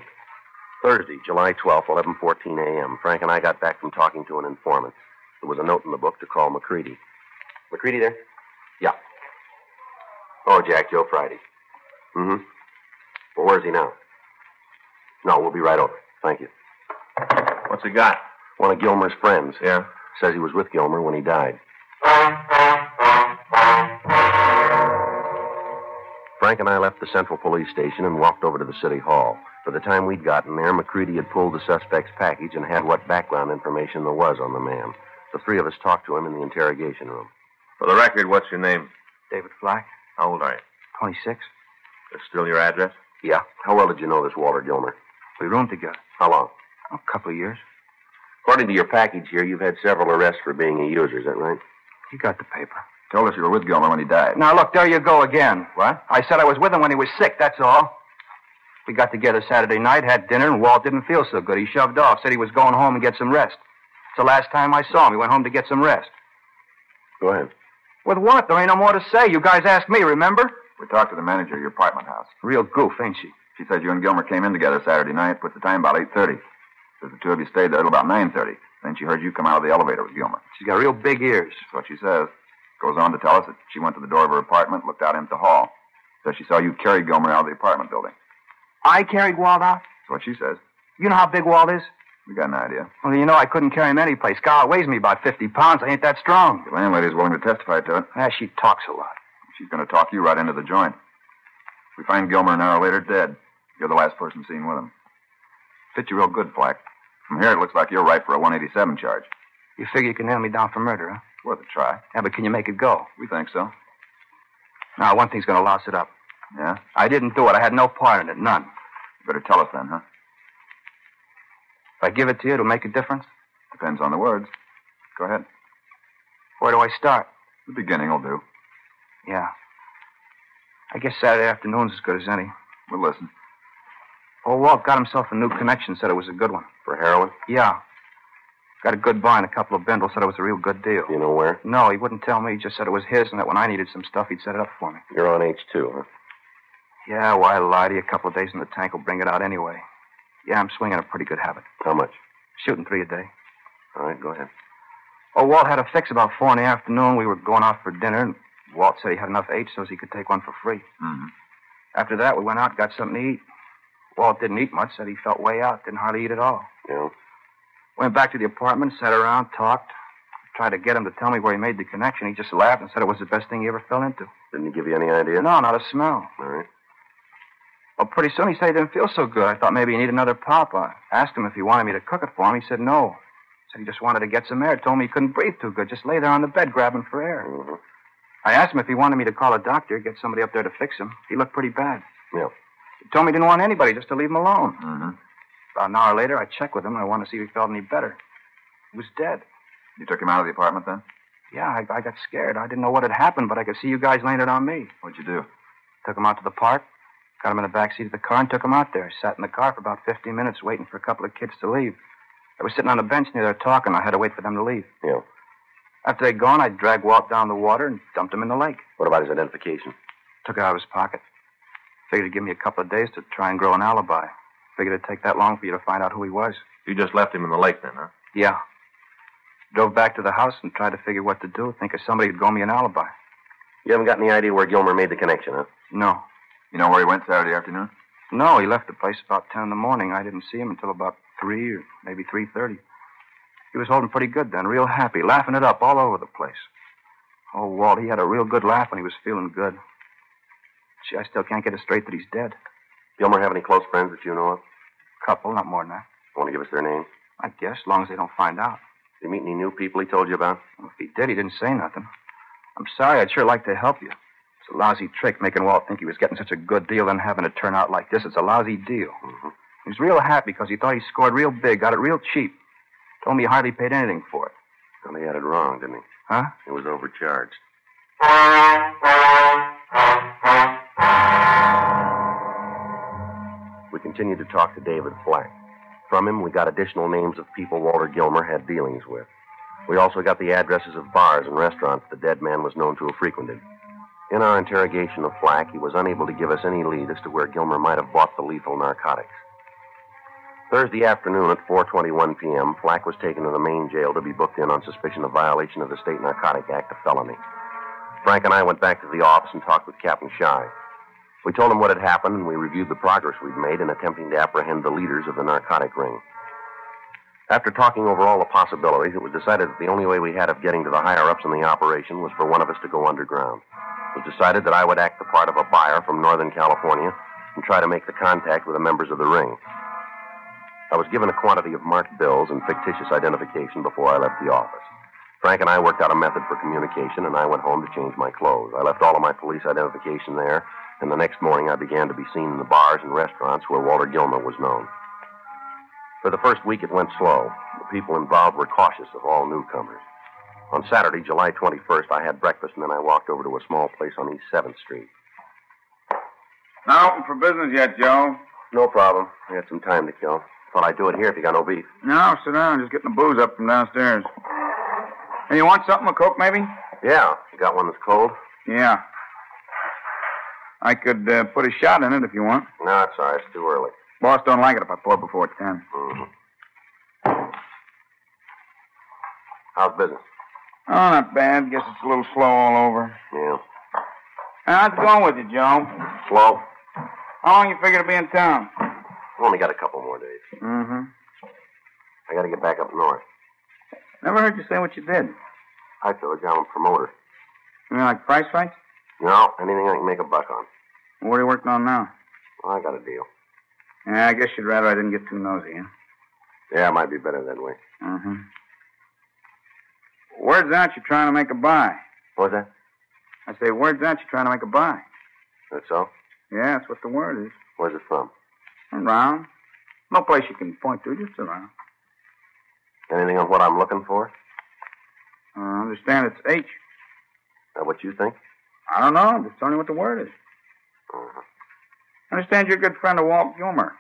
[SPEAKER 15] Thursday, July 12th, 11:14 a.m., Frank and I got back from talking to an informant. There was a note in the book to call McCready. McCready there? Yeah. Oh, Jack, Joe Friday. Mm-hmm. Well, where's he now? No, we'll be right over. Thank you.
[SPEAKER 14] What's he got?
[SPEAKER 15] One of Gilmer's friends. Yeah? Says he was with Gilmer when he died. Frank and I left the Central Police Station and walked over to the City Hall. By the time we'd gotten there, McCready had pulled the suspect's package and had what background information there was on the man. The three of us talked to him in the interrogation room.
[SPEAKER 17] For the record, what's your name?
[SPEAKER 15] David Flack,
[SPEAKER 17] How old are you?
[SPEAKER 15] 26.
[SPEAKER 17] That's still your address?
[SPEAKER 15] Yeah. How well did you know this Walter Gilmer?
[SPEAKER 18] We roomed together.
[SPEAKER 15] How long?
[SPEAKER 18] A couple of years.
[SPEAKER 15] According to your package here, you've had several arrests for being a user, is that right?
[SPEAKER 18] You got the paper.
[SPEAKER 16] Told us you were with Gilmer when he died.
[SPEAKER 18] Now, look, there you go again. What? I said I was with him when he was sick, that's all. We got together Saturday night, had dinner, and Walt didn't feel so good. He shoved off, said he was going home and get some rest. It's the last time I saw him. He went home to get some rest.
[SPEAKER 15] Go ahead.
[SPEAKER 18] With what? There ain't no more to say. You guys asked me, remember?
[SPEAKER 16] We talked to the manager of your apartment house.
[SPEAKER 18] Real goof, ain't she?
[SPEAKER 16] She says you and Gilmer came in together Saturday night, put the time about 8.30. Says the two of you stayed there till about 9.30. Then she heard you come out of the elevator with Gilmer.
[SPEAKER 18] She's got real big ears.
[SPEAKER 16] That's what she says. Goes on to tell us that she went to the door of her apartment, looked out into the hall. Says she saw you carry Gilmer out of the apartment building.
[SPEAKER 18] I carried Walt out?
[SPEAKER 16] That's what she says.
[SPEAKER 18] You know how big Walt is?
[SPEAKER 16] We got an idea.
[SPEAKER 18] Well, you know I couldn't carry him anyplace. Guy weighs me about 50 pounds. I ain't that strong.
[SPEAKER 16] The landlady's willing to testify to it.
[SPEAKER 18] Yeah, she talks a lot.
[SPEAKER 16] She's going to talk you right into the joint. We find Gilmer an hour later dead. You're the last person seen with him. Fits you real good, Flack. From here, it looks like you're right for a 187 charge.
[SPEAKER 18] You figure you can nail me down for murder, huh?
[SPEAKER 16] Worth a try.
[SPEAKER 18] Yeah, but can you make it go?
[SPEAKER 16] We think so.
[SPEAKER 18] Now, one thing's going to louse it up.
[SPEAKER 16] Yeah?
[SPEAKER 18] I didn't do it. I had no part in it, none.
[SPEAKER 16] You better tell us then, huh?
[SPEAKER 18] If I give it to you, it'll make a difference?
[SPEAKER 16] Depends on the words. Go ahead.
[SPEAKER 18] Where do I start?
[SPEAKER 16] The beginning will do.
[SPEAKER 18] Yeah. I guess Saturday afternoon's as good as any.
[SPEAKER 16] We'll listen.
[SPEAKER 18] Old Walt got himself a new connection, said it was a good one.
[SPEAKER 15] For heroin?
[SPEAKER 18] Yeah. Got a good buy and a couple of bindles, said it was a real good deal.
[SPEAKER 15] You know where?
[SPEAKER 18] No, he wouldn't tell me. He just said it was his and that when I needed some stuff, he'd set it up for me.
[SPEAKER 15] You're on H2, huh?
[SPEAKER 18] Yeah, why lie to you? A couple of days in the tank will bring it out anyway. Yeah, I'm swinging a pretty good habit.
[SPEAKER 15] How much?
[SPEAKER 18] Shooting three a day.
[SPEAKER 15] All right, go ahead.
[SPEAKER 18] Oh, Walt had a fix about four in the afternoon. We were going out for dinner, and Walt said he had enough H so he could take one for free.
[SPEAKER 16] Mm-hmm.
[SPEAKER 18] After that, we went out, got something to eat. Walt didn't eat much, said he felt way out, didn't hardly eat at all.
[SPEAKER 15] Yeah.
[SPEAKER 18] Went back to the apartment, sat around, talked. Tried to get him to tell me where he made the connection. He just laughed and said it was the best thing he ever fell into.
[SPEAKER 15] Didn't he give you any idea?
[SPEAKER 18] No, not a smell.
[SPEAKER 15] All right.
[SPEAKER 18] Well, pretty soon he said he didn't feel so good. I thought maybe he needed another pop. I asked him if he wanted me to cook it for him. He said no. Said he just wanted to get some air. Told me he couldn't breathe too good. Just lay there on the bed grabbing for air.
[SPEAKER 15] Mm-hmm.
[SPEAKER 18] I asked him if he wanted me to call a doctor, get somebody up there to fix him. He looked pretty bad.
[SPEAKER 15] Yeah.
[SPEAKER 18] He told me he didn't want anybody, just to leave him alone.
[SPEAKER 16] Mm-hmm.
[SPEAKER 18] About an hour later, I checked with him. I wanted to see if he felt any better. He was dead.
[SPEAKER 16] You took him out of the apartment then?
[SPEAKER 18] Yeah, I, I got scared. I didn't know what had happened, but I could see you guys landed on me.
[SPEAKER 16] What'd you do?
[SPEAKER 18] Took him out to the park, got him in the back seat of the car, and took him out there. Sat in the car for about 15 minutes waiting for a couple of kids to leave. I was sitting on a bench near there talking. I had to wait for them to leave.
[SPEAKER 15] Yeah.
[SPEAKER 18] After they'd gone, I dragged Walt down the water and dumped him in the lake.
[SPEAKER 15] What about his identification?
[SPEAKER 18] Took it out of his pocket. Figured it'd give me a couple of days to try and grow an alibi. Figured it'd take that long for you to find out who he was.
[SPEAKER 17] You just left him in the lake then, huh?
[SPEAKER 18] Yeah. Drove back to the house and tried to figure what to do. Think if somebody could go me an alibi.
[SPEAKER 15] You haven't got any idea where Gilmer made the connection, huh?
[SPEAKER 18] No.
[SPEAKER 16] You know where he went Saturday afternoon?
[SPEAKER 18] No, he left the place about ten in the morning. I didn't see him until about three or maybe three thirty. He was holding pretty good then, real happy, laughing it up all over the place. Oh, Walt, he had a real good laugh when he was feeling good. Gee, I still can't get it straight that he's dead.
[SPEAKER 15] Gilmer have any close friends that you know of?
[SPEAKER 18] Couple, not more than that.
[SPEAKER 15] Want to give us their names?
[SPEAKER 18] I guess, as long as they don't find out.
[SPEAKER 15] Did you meet any new people he told you about?
[SPEAKER 18] Well, if he did, he didn't say nothing. I'm sorry, I'd sure like to help you. It's a lousy trick making Walt think he was getting such a good deal and having it turn out like this. It's a lousy deal.
[SPEAKER 15] Mm-hmm.
[SPEAKER 18] He was real happy because he thought he scored real big, got it real cheap. Told me he hardly paid anything for it.
[SPEAKER 15] Well, he had it wrong, didn't he?
[SPEAKER 18] Huh?
[SPEAKER 15] It was overcharged. We continued to talk to David Flack. From him, we got additional names of people Walter Gilmer had dealings with. We also got the addresses of bars and restaurants the dead man was known to have frequented. In our interrogation of Flack, he was unable to give us any lead as to where Gilmer might have bought the lethal narcotics. Thursday afternoon at 4:21 p.m., Flack was taken to the main jail to be booked in on suspicion of violation of the State Narcotic Act, a felony. Frank and I went back to the office and talked with Captain Shy. We told him what had happened, and we reviewed the progress we'd made in attempting to apprehend the leaders of the narcotic ring. After talking over all the possibilities, it was decided that the only way we had of getting to the higher ups in the operation was for one of us to go underground. It was decided that I would act the part of a buyer from Northern California and try to make the contact with the members of the ring. I was given a quantity of marked bills and fictitious identification before I left the office. Frank and I worked out a method for communication, and I went home to change my clothes. I left all of my police identification there, and the next morning I began to be seen in the bars and restaurants where Walter Gilmer was known. For the first week, it went slow. The people involved were cautious of all newcomers. On Saturday, July 21st, I had breakfast, and then I walked over to a small place on East 7th Street.
[SPEAKER 13] Not open for business yet, Joe.
[SPEAKER 15] No problem. I had some time to kill. Thought I'd do it here if you got no beef.
[SPEAKER 13] No, sit down. Just getting the booze up from downstairs. Hey, you want something? A Coke, maybe?
[SPEAKER 15] Yeah, you got one that's cold?
[SPEAKER 13] Yeah. I could uh, put a shot in it if you want.
[SPEAKER 15] No, it's all right. It's too early.
[SPEAKER 13] Boss don't like it if I pour before 10.
[SPEAKER 15] Mm-hmm. How's business?
[SPEAKER 13] Oh, not bad. Guess it's a little slow all over.
[SPEAKER 15] Yeah.
[SPEAKER 13] How's it going with you, Joe?
[SPEAKER 15] Slow?
[SPEAKER 13] How long you figure to be in town?
[SPEAKER 15] Only got a couple more days.
[SPEAKER 13] Mm-hmm.
[SPEAKER 15] I got to get back up north.
[SPEAKER 13] Never heard you say what you did.
[SPEAKER 15] I told you I'm a promoter.
[SPEAKER 13] You mean like price fights?
[SPEAKER 15] No, anything I can make a buck on.
[SPEAKER 13] What are you working on now?
[SPEAKER 15] Well, I got a deal.
[SPEAKER 13] Yeah, I guess you'd rather I didn't get too nosy, huh?
[SPEAKER 15] Yeah, it might be better that way.
[SPEAKER 13] Mm-hmm. Word's out you're trying to make a buy.
[SPEAKER 15] What's that?
[SPEAKER 13] I say, word's out you're trying to make a buy.
[SPEAKER 15] That's so?
[SPEAKER 13] Yeah, that's what the word is.
[SPEAKER 15] Where's it from?
[SPEAKER 13] Around. No place you can point to, just around.
[SPEAKER 15] Anything on what I'm looking for?
[SPEAKER 13] Uh, I understand it's H.
[SPEAKER 15] That what you think?
[SPEAKER 13] I don't know. I'm just telling you what the word is.
[SPEAKER 15] Mm-hmm.
[SPEAKER 13] I understand you're a good friend of Walt Gilmer.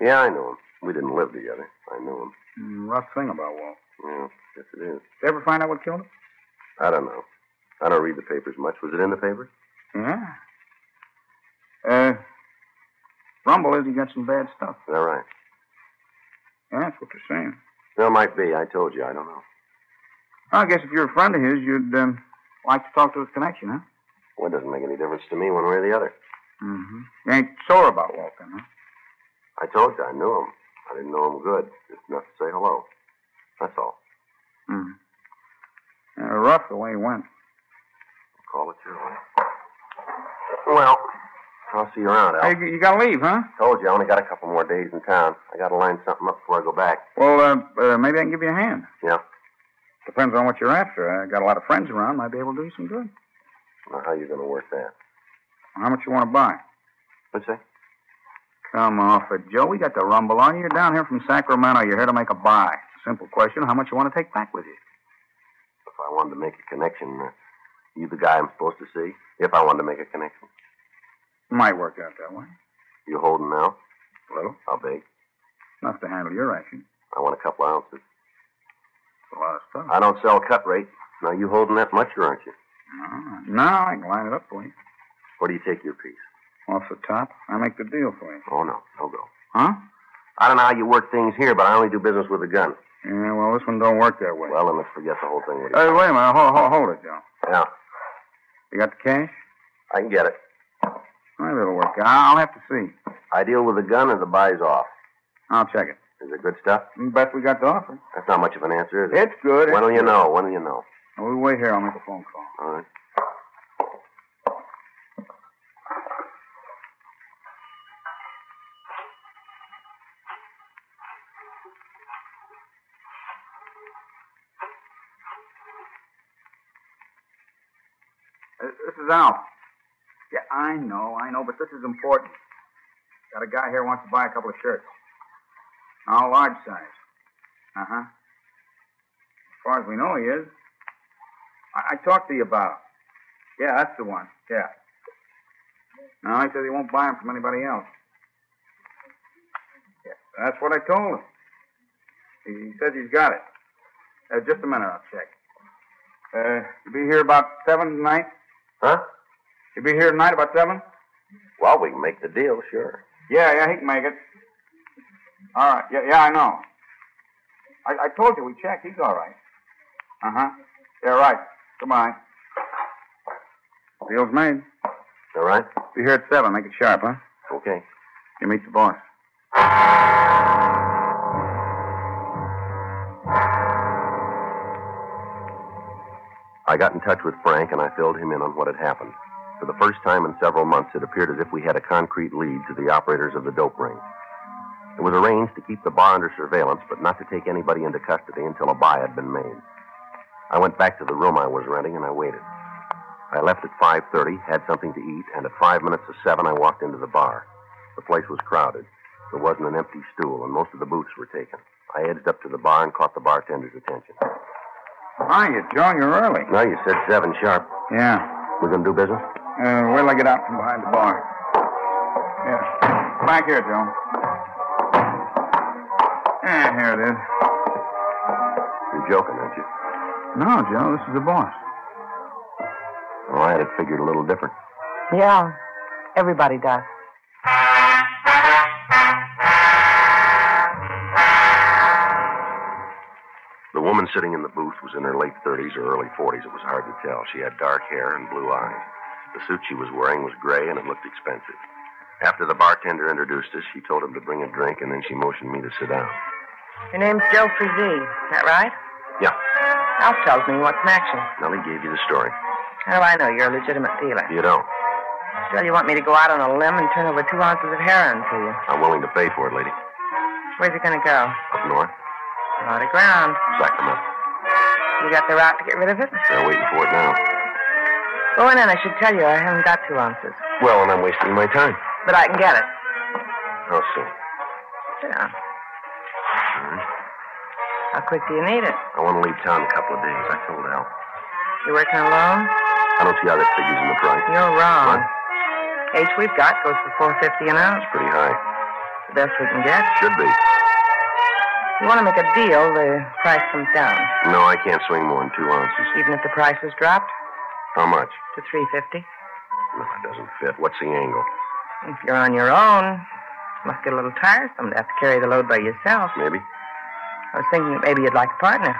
[SPEAKER 15] Yeah, I know him. We didn't live together. I knew him.
[SPEAKER 13] Mm, rough thing about Walt.
[SPEAKER 15] Yeah, yes it is.
[SPEAKER 13] Did you ever find out what killed him?
[SPEAKER 15] I don't know. I don't read the papers much. Was it in the paper?
[SPEAKER 13] Yeah. Uh, Rumble is he got some bad stuff.
[SPEAKER 15] Is that right?
[SPEAKER 13] Yeah, that's what they're saying.
[SPEAKER 15] Well, might be. I told you. I don't know.
[SPEAKER 13] I guess if you're a friend of his, you'd um, like to talk to his connection, huh?
[SPEAKER 15] Well, it doesn't make any difference to me one way or the other.
[SPEAKER 13] Mm-hmm. You ain't sore about Walt, then, huh?
[SPEAKER 15] I told you I knew him. I didn't know him good. Just enough to say hello. That's all.
[SPEAKER 13] Mm. Yeah, Uh, rough the way he went.
[SPEAKER 15] Call it your way. Well, I'll see you around, Al.
[SPEAKER 13] Hey, you- you gotta leave, huh?
[SPEAKER 15] Told you I only got a couple more days in town. I gotta line something up before I go back.
[SPEAKER 13] Well, uh, uh, maybe I can give you a hand.
[SPEAKER 15] Yeah.
[SPEAKER 13] Depends on what you're after. I got a lot of friends around. Might be able to do you some good.
[SPEAKER 15] Now, how you gonna work that?
[SPEAKER 13] How much you want to buy?
[SPEAKER 15] What's that?
[SPEAKER 13] Come off it, Joe. We got the rumble on you. You're down here from Sacramento. You're here to make a buy. Simple question. How much you want to take back with you?
[SPEAKER 15] If I wanted to make a connection, uh, you the guy I'm supposed to see? If I wanted to make a connection.
[SPEAKER 13] Might work out that way.
[SPEAKER 15] You holding now?
[SPEAKER 13] A little.
[SPEAKER 15] How big?
[SPEAKER 13] Enough to handle your action.
[SPEAKER 15] I want a couple ounces.
[SPEAKER 13] A lot of stuff.
[SPEAKER 15] I don't sell cut rate. Now, you holding that much, or aren't you?
[SPEAKER 13] Ah, No, I can line it up for you.
[SPEAKER 15] Where do you take your piece?
[SPEAKER 13] Off the top, I make the deal for you.
[SPEAKER 15] Oh, no. No go.
[SPEAKER 13] Huh?
[SPEAKER 15] I don't know how you work things here, but I only do business with a gun.
[SPEAKER 13] Yeah, well, this one don't work that way.
[SPEAKER 15] Well, then let's forget the whole thing. What do you-
[SPEAKER 13] Hey, wait a minute. Hold, hold, hold it, Joe.
[SPEAKER 15] Yeah,
[SPEAKER 13] You got the cash?
[SPEAKER 15] I can get it.
[SPEAKER 13] Maybe it'll work out. I'll have to see.
[SPEAKER 15] I deal with a gun and the buy's off.
[SPEAKER 13] I'll check it.
[SPEAKER 15] Is it good stuff?
[SPEAKER 13] Bet Mm, we got the offer.
[SPEAKER 15] That's not much of an answer, is it?
[SPEAKER 13] It's good.
[SPEAKER 15] When'll
[SPEAKER 13] it's
[SPEAKER 15] you
[SPEAKER 13] good.
[SPEAKER 15] know? When'll you know?
[SPEAKER 13] Well, we wait here. I'll make a phone call.
[SPEAKER 15] All right.
[SPEAKER 13] Uh, This is Al. Yeah, I know, I know, but this is important. Got a guy here wants to buy a couple of shirts. All large size. Uh huh. As far as we know, he is. I, I talked to you about him. Yeah, that's the one. Yeah. No, he says he won't buy them from anybody else. Yeah, that's what I told him. He, he says he's got it. Uh, just a minute, I'll check. Uh, you'll be here about seven tonight.
[SPEAKER 15] Huh?
[SPEAKER 13] You'll be here tonight about seven?
[SPEAKER 15] Well, we can make the deal, sure.
[SPEAKER 13] Yeah, yeah, he can make it. All right. Yeah, yeah, I know. I, I told you we checked. He's all right. Uh huh. Yeah, right. Goodbye. Deal's made.
[SPEAKER 15] All right?
[SPEAKER 13] Be here at seven. Make it sharp, huh?
[SPEAKER 15] Okay.
[SPEAKER 13] You meet the boss.
[SPEAKER 15] got in touch with Frank and I filled him in on what had happened. For the first time in several months, it appeared as if we had a concrete lead to the operators of the dope ring. It was arranged to keep the bar under surveillance, but not to take anybody into custody until a buy had been made. I went back to the room I was renting and I waited. I left at 5:30, had something to eat, and at 5 minutes to 7 I walked into the bar. The place was crowded. There wasn't an empty stool and most of the booths were taken. I edged up to the bar and caught the bartender's attention.
[SPEAKER 13] Hi, you, Joe. You're early.
[SPEAKER 15] No, you said 7 sharp.
[SPEAKER 13] Yeah.
[SPEAKER 15] We're going to do business?
[SPEAKER 13] Uh, wait till I get out from behind the bar. Yeah. Back here, Joe. Yeah, here it is.
[SPEAKER 15] You're joking, aren't you?
[SPEAKER 13] No, Joe, this is the boss.
[SPEAKER 15] Well, Oh, I had it figured a little different.
[SPEAKER 19] Yeah, everybody does.
[SPEAKER 15] The woman sitting in the booth was in her late 30s or early 40s. It was hard to tell. She had dark hair and blue eyes. The suit she was wearing was gray and it looked expensive. After the bartender introduced us, she told him to bring a drink and then she motioned me to sit down.
[SPEAKER 19] Your name's Joe Frizee, is that right?
[SPEAKER 15] Yeah.
[SPEAKER 19] Al tells me what's in action.
[SPEAKER 15] Nellie gave you the story.
[SPEAKER 19] How do I know you're a legitimate dealer?
[SPEAKER 15] You don't.
[SPEAKER 19] Still, you want me to go out on a limb and turn over two ounces of heroin to you.
[SPEAKER 15] I'm willing to pay for it, lady.
[SPEAKER 19] Where's it going to go?
[SPEAKER 15] Up north,
[SPEAKER 19] A lot of ground.
[SPEAKER 15] Sacramento.
[SPEAKER 19] You got the route to get rid of it?
[SPEAKER 15] They're waiting for it now.
[SPEAKER 19] Going in, I should tell you, I haven't got two ounces,
[SPEAKER 15] Well, and I'm wasting my time.
[SPEAKER 19] but I can get it.
[SPEAKER 15] How soon?
[SPEAKER 19] Sit down. How quick do you need it?
[SPEAKER 15] I want to leave town in a couple of days. I told Al.
[SPEAKER 19] You working alone?
[SPEAKER 15] I don't see how that figures in the price.
[SPEAKER 19] You're wrong. Case we've got goes for four fifty an ounce.
[SPEAKER 15] Pretty high.
[SPEAKER 19] The best we can get.
[SPEAKER 15] Should be.
[SPEAKER 19] You want to make a deal, the price comes down.
[SPEAKER 15] No, I can't swing more than two ounces.
[SPEAKER 19] Even if the price was dropped
[SPEAKER 15] How much?
[SPEAKER 19] to three fifty.
[SPEAKER 15] No, it doesn't fit. What's the angle?
[SPEAKER 19] If you're on your own, must get a little tiresome to have to carry the load by yourself.
[SPEAKER 15] Maybe.
[SPEAKER 19] I was thinking that maybe you'd like a partner.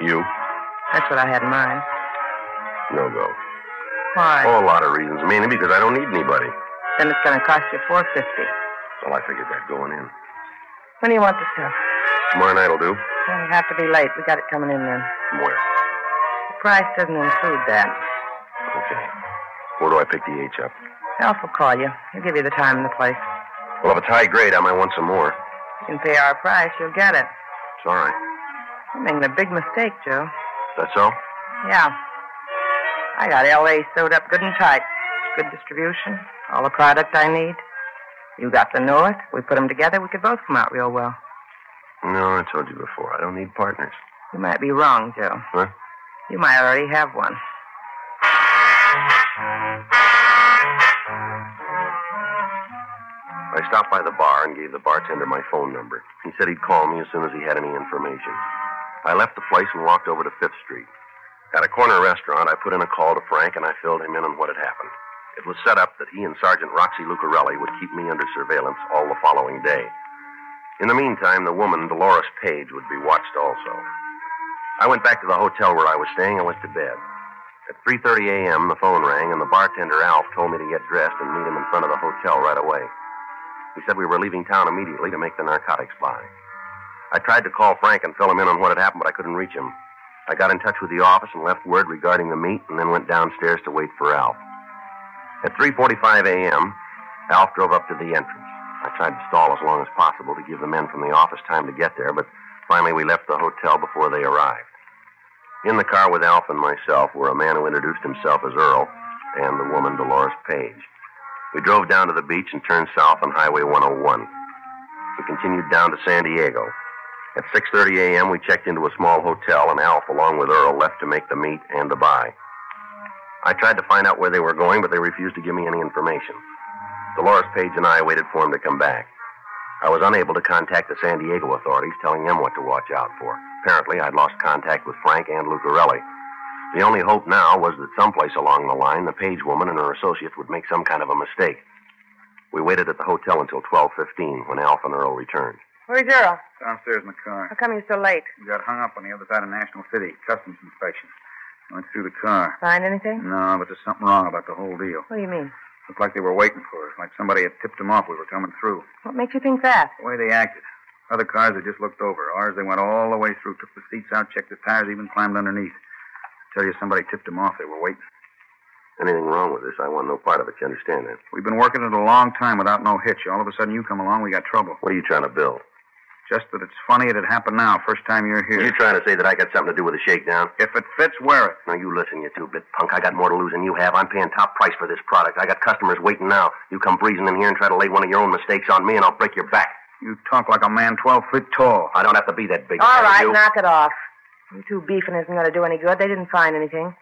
[SPEAKER 15] You?
[SPEAKER 19] That's what I had in mind.
[SPEAKER 15] No go.
[SPEAKER 19] Why?
[SPEAKER 15] Oh, a lot of reasons. Mainly because I don't need anybody.
[SPEAKER 19] Then it's going to cost you four fifty.
[SPEAKER 15] Well, I figured that going in.
[SPEAKER 19] When do you want the stuff?
[SPEAKER 15] Tomorrow night'll do.
[SPEAKER 19] Well, it'll have to be late. We got it coming in then.
[SPEAKER 15] Where?
[SPEAKER 19] The price doesn't include that.
[SPEAKER 15] Okay. Where do I pick the H up?
[SPEAKER 19] Alf will call you. He'll give you the time and the place.
[SPEAKER 15] Well, if it's high grade, I might want some more.
[SPEAKER 19] You can pay our price, you'll get it.
[SPEAKER 15] It's all right.
[SPEAKER 19] You're making a big mistake, Joe.
[SPEAKER 15] That's all.
[SPEAKER 19] Yeah. I got L.A. sewed up good and tight. Good distribution, all the product I need. You got to know it. We put 'em together, we could both come out real well.
[SPEAKER 15] No, I told you before. I don't need partners.
[SPEAKER 19] You might be wrong, Joe.
[SPEAKER 15] Huh?
[SPEAKER 19] You might already have one.
[SPEAKER 15] I stopped by the bar and gave the bartender my phone number. He said he'd call me as soon as he had any information. I left the place and walked over to Fifth Street. At a corner restaurant, I put in a call to Frank and I filled him in on what had happened. It was set up that he and Sergeant Roxy Lucarelli would keep me under surveillance all the following day. In the meantime, the woman, Dolores Page, would be watched also. I went back to the hotel where I was staying and went to bed. At 3:30 a.m., the phone rang and the bartender Alf told me to get dressed and meet him in front of the hotel right away. He said we were leaving town immediately to make the narcotics buy. I tried to call Frank and fill him in on what had happened, but I couldn't reach him. I got in touch with the office and left word regarding the meet, and then went downstairs to wait for Alf. At 3:45 a.m., Alf drove up to the entrance. I tried to stall as long as possible to give the men from the office time to get there, but finally we left the hotel before they arrived. In the car with Alf and myself were a man who introduced himself as Earl and the woman Dolores Page. We drove down to the beach and turned south on Highway 101. We continued down to San Diego. At 6:30 a.m., we checked into a small hotel, and Alf, along with Earl, left to make the meet and the buy. I tried to find out where they were going, but they refused to give me any information. Dolores Page and I waited for him to come back. I was unable to contact the San Diego authorities, telling them what to watch out for. Apparently, I'd lost contact with Frank and Lucarelli. The only hope now was that someplace along the line, the page woman and her associates would make some kind of a mistake. We waited at the hotel until 12:15 when Alf and Earl returned.
[SPEAKER 19] Where's Earl?
[SPEAKER 13] Downstairs in the car.
[SPEAKER 19] How come you're so late?
[SPEAKER 13] We got hung up on the other side of National City, customs inspection. Went through the car.
[SPEAKER 19] Find anything?
[SPEAKER 13] No, but there's something wrong about the whole deal.
[SPEAKER 19] What do you mean?
[SPEAKER 13] Looked like they were waiting for us, like somebody had tipped them off we were coming through.
[SPEAKER 19] What makes you think that?
[SPEAKER 13] The way they acted. Other cars they just looked over. Ours, they went all the way through, took the seats out, checked the tires, even climbed underneath. Tell you somebody tipped him off. They were waiting.
[SPEAKER 15] Anything wrong with this, I want no part of it. You understand that?
[SPEAKER 13] We've been working it a long time without no hitch. All of a sudden, you come along, we got trouble.
[SPEAKER 15] What are you trying to build?
[SPEAKER 13] Just that it's funny it happened now, first time you're here.
[SPEAKER 15] Are you trying to say that I got something to do with the shakedown?
[SPEAKER 13] If it fits, wear it.
[SPEAKER 15] Now, you listen, you two-bit punk. I got more to lose than you have. I'm paying top price for this product. I got customers waiting now. You come breezing in here and try to lay one of your own mistakes on me, and I'll break your back.
[SPEAKER 13] You talk like a man 12 feet tall.
[SPEAKER 15] I don't have to be that big.
[SPEAKER 19] All
[SPEAKER 15] can
[SPEAKER 19] right,
[SPEAKER 15] you?
[SPEAKER 19] knock it off. You two beefing isn't going to do any good. They didn't find anything.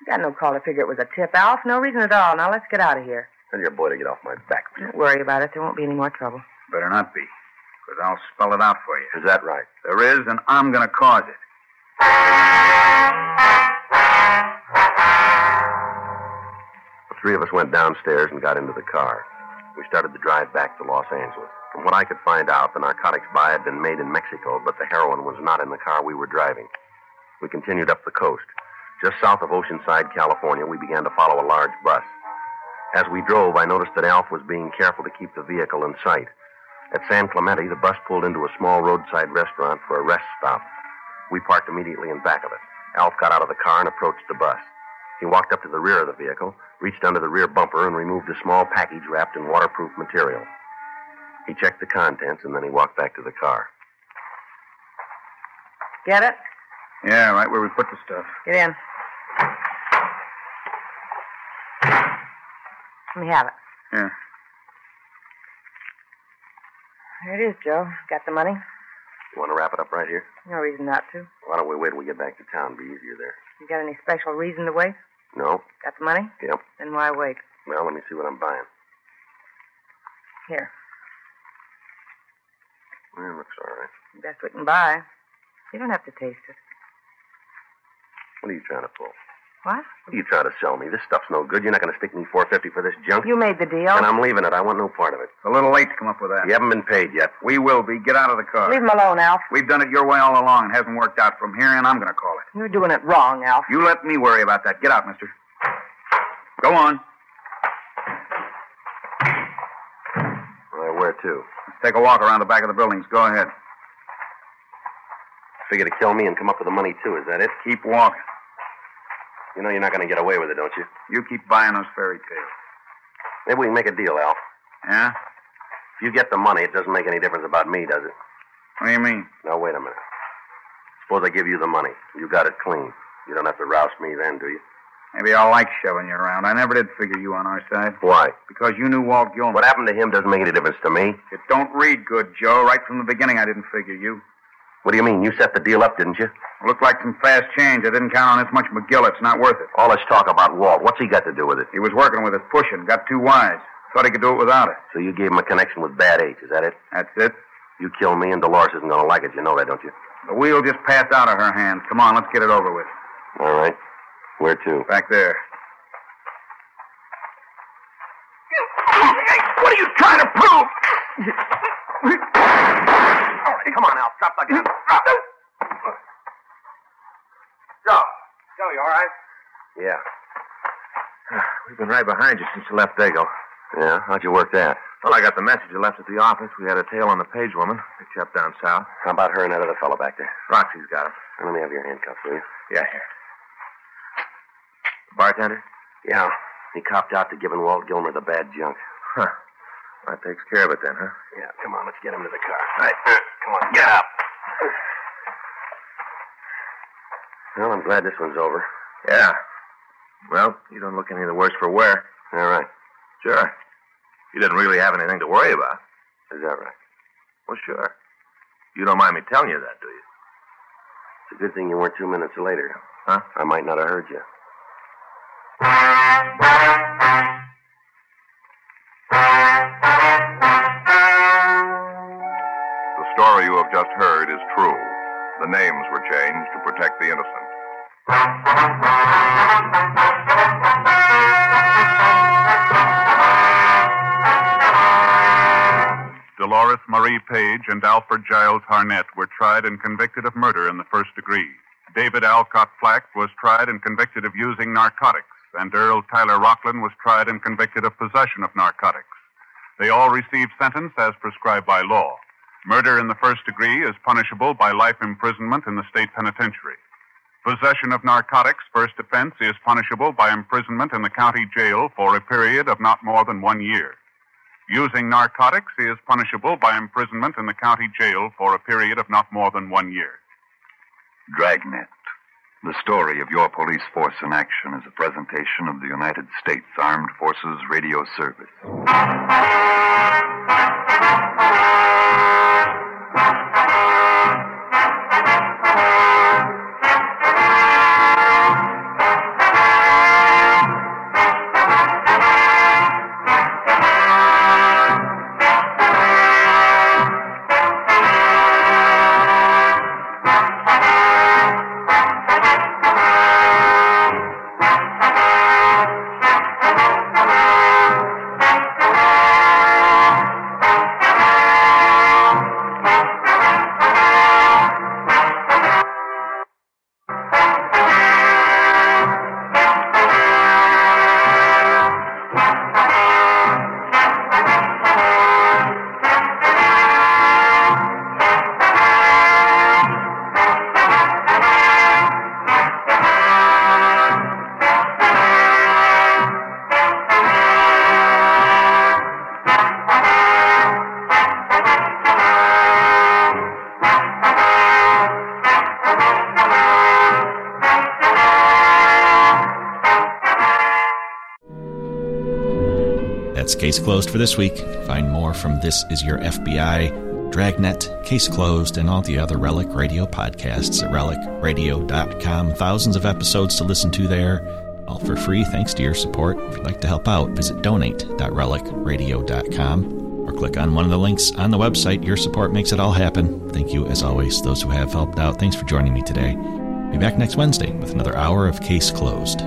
[SPEAKER 19] You got no call to figure it was a tip, Alf. No reason at all. Now let's get out of here.
[SPEAKER 15] Tell your boy to get off my back.
[SPEAKER 19] Don't worry about it. There won't be any more trouble.
[SPEAKER 13] Better not be, because I'll spell it out for you.
[SPEAKER 15] Is that right?
[SPEAKER 13] There is, and I'm going to cause it.
[SPEAKER 15] The three of us went downstairs and got into the car. We started the drive back to Los Angeles. From what I could find out, the narcotics buy had been made in Mexico, but the heroin was not in the car we were driving. We continued up the coast. Just south of Oceanside, California, we began to follow a large bus. As we drove, I noticed that Alf was being careful to keep the vehicle in sight. At San Clemente, the bus pulled into a small roadside restaurant for a rest stop. We parked immediately in back of it. Alf got out of the car and approached the bus. He walked up to the rear of the vehicle, reached under the rear bumper, and removed a small package wrapped in waterproof material. He checked the contents, and then he walked back to the car.
[SPEAKER 19] Get it?
[SPEAKER 13] Yeah, right where we put the stuff.
[SPEAKER 19] Get in. Let me have it.
[SPEAKER 13] Yeah.
[SPEAKER 19] Here it is, Joe. Got the money?
[SPEAKER 15] You want to wrap it up right here?
[SPEAKER 19] No reason not to.
[SPEAKER 15] Why don't we wait till we get back to town? Be easier there.
[SPEAKER 19] You got any special reason to wait?
[SPEAKER 15] No?
[SPEAKER 19] Got the money?
[SPEAKER 15] Yep.
[SPEAKER 19] Then why wait?
[SPEAKER 15] Well, let me see what I'm buying.
[SPEAKER 19] Here.
[SPEAKER 15] Well, it looks all right.
[SPEAKER 19] Best we can buy. You don't have to taste it.
[SPEAKER 15] What are you trying to pull?
[SPEAKER 19] What?
[SPEAKER 15] What are you trying to sell me? This stuff's no good. You're not going to stick me 450 for this junk.
[SPEAKER 19] You made the deal.
[SPEAKER 15] And I'm leaving it. I want no part of it.
[SPEAKER 13] A little late to come up with that.
[SPEAKER 15] You haven't been paid yet.
[SPEAKER 13] We will be. Get out of the car.
[SPEAKER 19] Leave him alone, Alf.
[SPEAKER 13] We've done it your way all along. It hasn't worked out. From here in, I'm going to call it.
[SPEAKER 19] You're doing it wrong, Alf.
[SPEAKER 13] You let me worry about that. Get out, mister. Go on.
[SPEAKER 15] Well, where to?
[SPEAKER 13] Let's take a walk around the back of the buildings. Go ahead.
[SPEAKER 15] Figure to kill me and come up with the money, too. Is that it?
[SPEAKER 13] Keep walking.
[SPEAKER 15] You know you're not going to get away with it, don't you?
[SPEAKER 13] You keep buying those fairy tales.
[SPEAKER 15] Maybe we can make a deal, Alf.
[SPEAKER 13] Yeah?
[SPEAKER 15] If you get the money, it doesn't make any difference about me, does it?
[SPEAKER 13] What do you mean?
[SPEAKER 15] Now, wait a minute. Suppose I give you the money. You got it clean. You don't have to rouse me then, do you?
[SPEAKER 13] Maybe I like shoving you around. I never did figure you on our side.
[SPEAKER 15] Why?
[SPEAKER 13] Because you knew Walt Gilman.
[SPEAKER 15] What happened to him doesn't make any difference to me.
[SPEAKER 13] It don't read good, Joe. Right from the beginning, I didn't figure you.
[SPEAKER 15] What do you mean? You set the deal up, didn't you?
[SPEAKER 13] Looked like some fast change. I didn't count on this much McGill. It's not worth it.
[SPEAKER 15] All this talk about Walt, what's he got to do with it?
[SPEAKER 13] He was working with it, pushing, got too wise. Thought he could do it without it.
[SPEAKER 15] So you gave him a connection with Bad H, is that it?
[SPEAKER 13] That's it.
[SPEAKER 15] You kill me, and Dolores isn't going to like it. You know that, don't you?
[SPEAKER 13] The wheel just passed out of her hands. Come on, let's get it over with.
[SPEAKER 15] All right. Where to?
[SPEAKER 13] Back there.
[SPEAKER 15] What are you trying to prove? All right, come on, Al. Drop the gun. Drop it.
[SPEAKER 7] Joe. Joe, you all right?
[SPEAKER 15] Yeah.
[SPEAKER 17] We've been right behind you since you left Dago.
[SPEAKER 15] Yeah? How'd you work that?
[SPEAKER 17] Well, I got the message you left at the office. We had a tail on the page woman, the chap down south.
[SPEAKER 15] How about her and that other fellow back there?
[SPEAKER 17] Roxy's got him.
[SPEAKER 15] Let me have your handcuffs, will you?
[SPEAKER 17] Yeah, here. The bartender?
[SPEAKER 15] Yeah. He copped out to giving Walt Gilmer the bad junk.
[SPEAKER 17] Huh. That takes care of it then, huh?
[SPEAKER 15] Yeah, come on, let's get him to the car. All right, uh, come on, get up. Well, I'm glad this one's over.
[SPEAKER 17] Yeah. Well, you don't look any the worse for wear.
[SPEAKER 15] All right.
[SPEAKER 17] Sure. You didn't really have anything to worry about.
[SPEAKER 15] Is that right?
[SPEAKER 17] Well, sure. You don't mind me telling you that, do you?
[SPEAKER 15] It's a good thing you weren't two minutes later.
[SPEAKER 17] Huh?
[SPEAKER 15] I might not have heard you.
[SPEAKER 14] The story you have just heard is true. The names were changed to protect the innocent.
[SPEAKER 20] Dolores Marie Page and Alfred Giles Harnett were tried and convicted of murder in the first degree. David Alcott Flack was tried and convicted of using narcotics, and Earl Tyler Rockland was tried and convicted of possession of narcotics. They all received sentence as prescribed by law. Murder in the first degree is punishable by life imprisonment in the state penitentiary. Possession of narcotics, first offense, is punishable by imprisonment in the county jail for a period of not more than one year. Using narcotics is punishable by imprisonment in the county jail for a period of not more than one year.
[SPEAKER 21] Dragnet. The story of your police force in action is a presentation of the United States Armed Forces Radio Service.
[SPEAKER 1] That's Case Closed for this week. Find more from This Is Your FBI, Dragnet, Case Closed, and all the other Relic Radio podcasts at relicradio.com. Thousands of episodes to listen to there, all for free thanks to your support. If you'd like to help out, visit donate.relicradio.com or click on one of the links on the website. Your support makes it all happen. Thank you, as always, those who have helped out. Thanks for joining me today. Be back next Wednesday with another hour of Case Closed.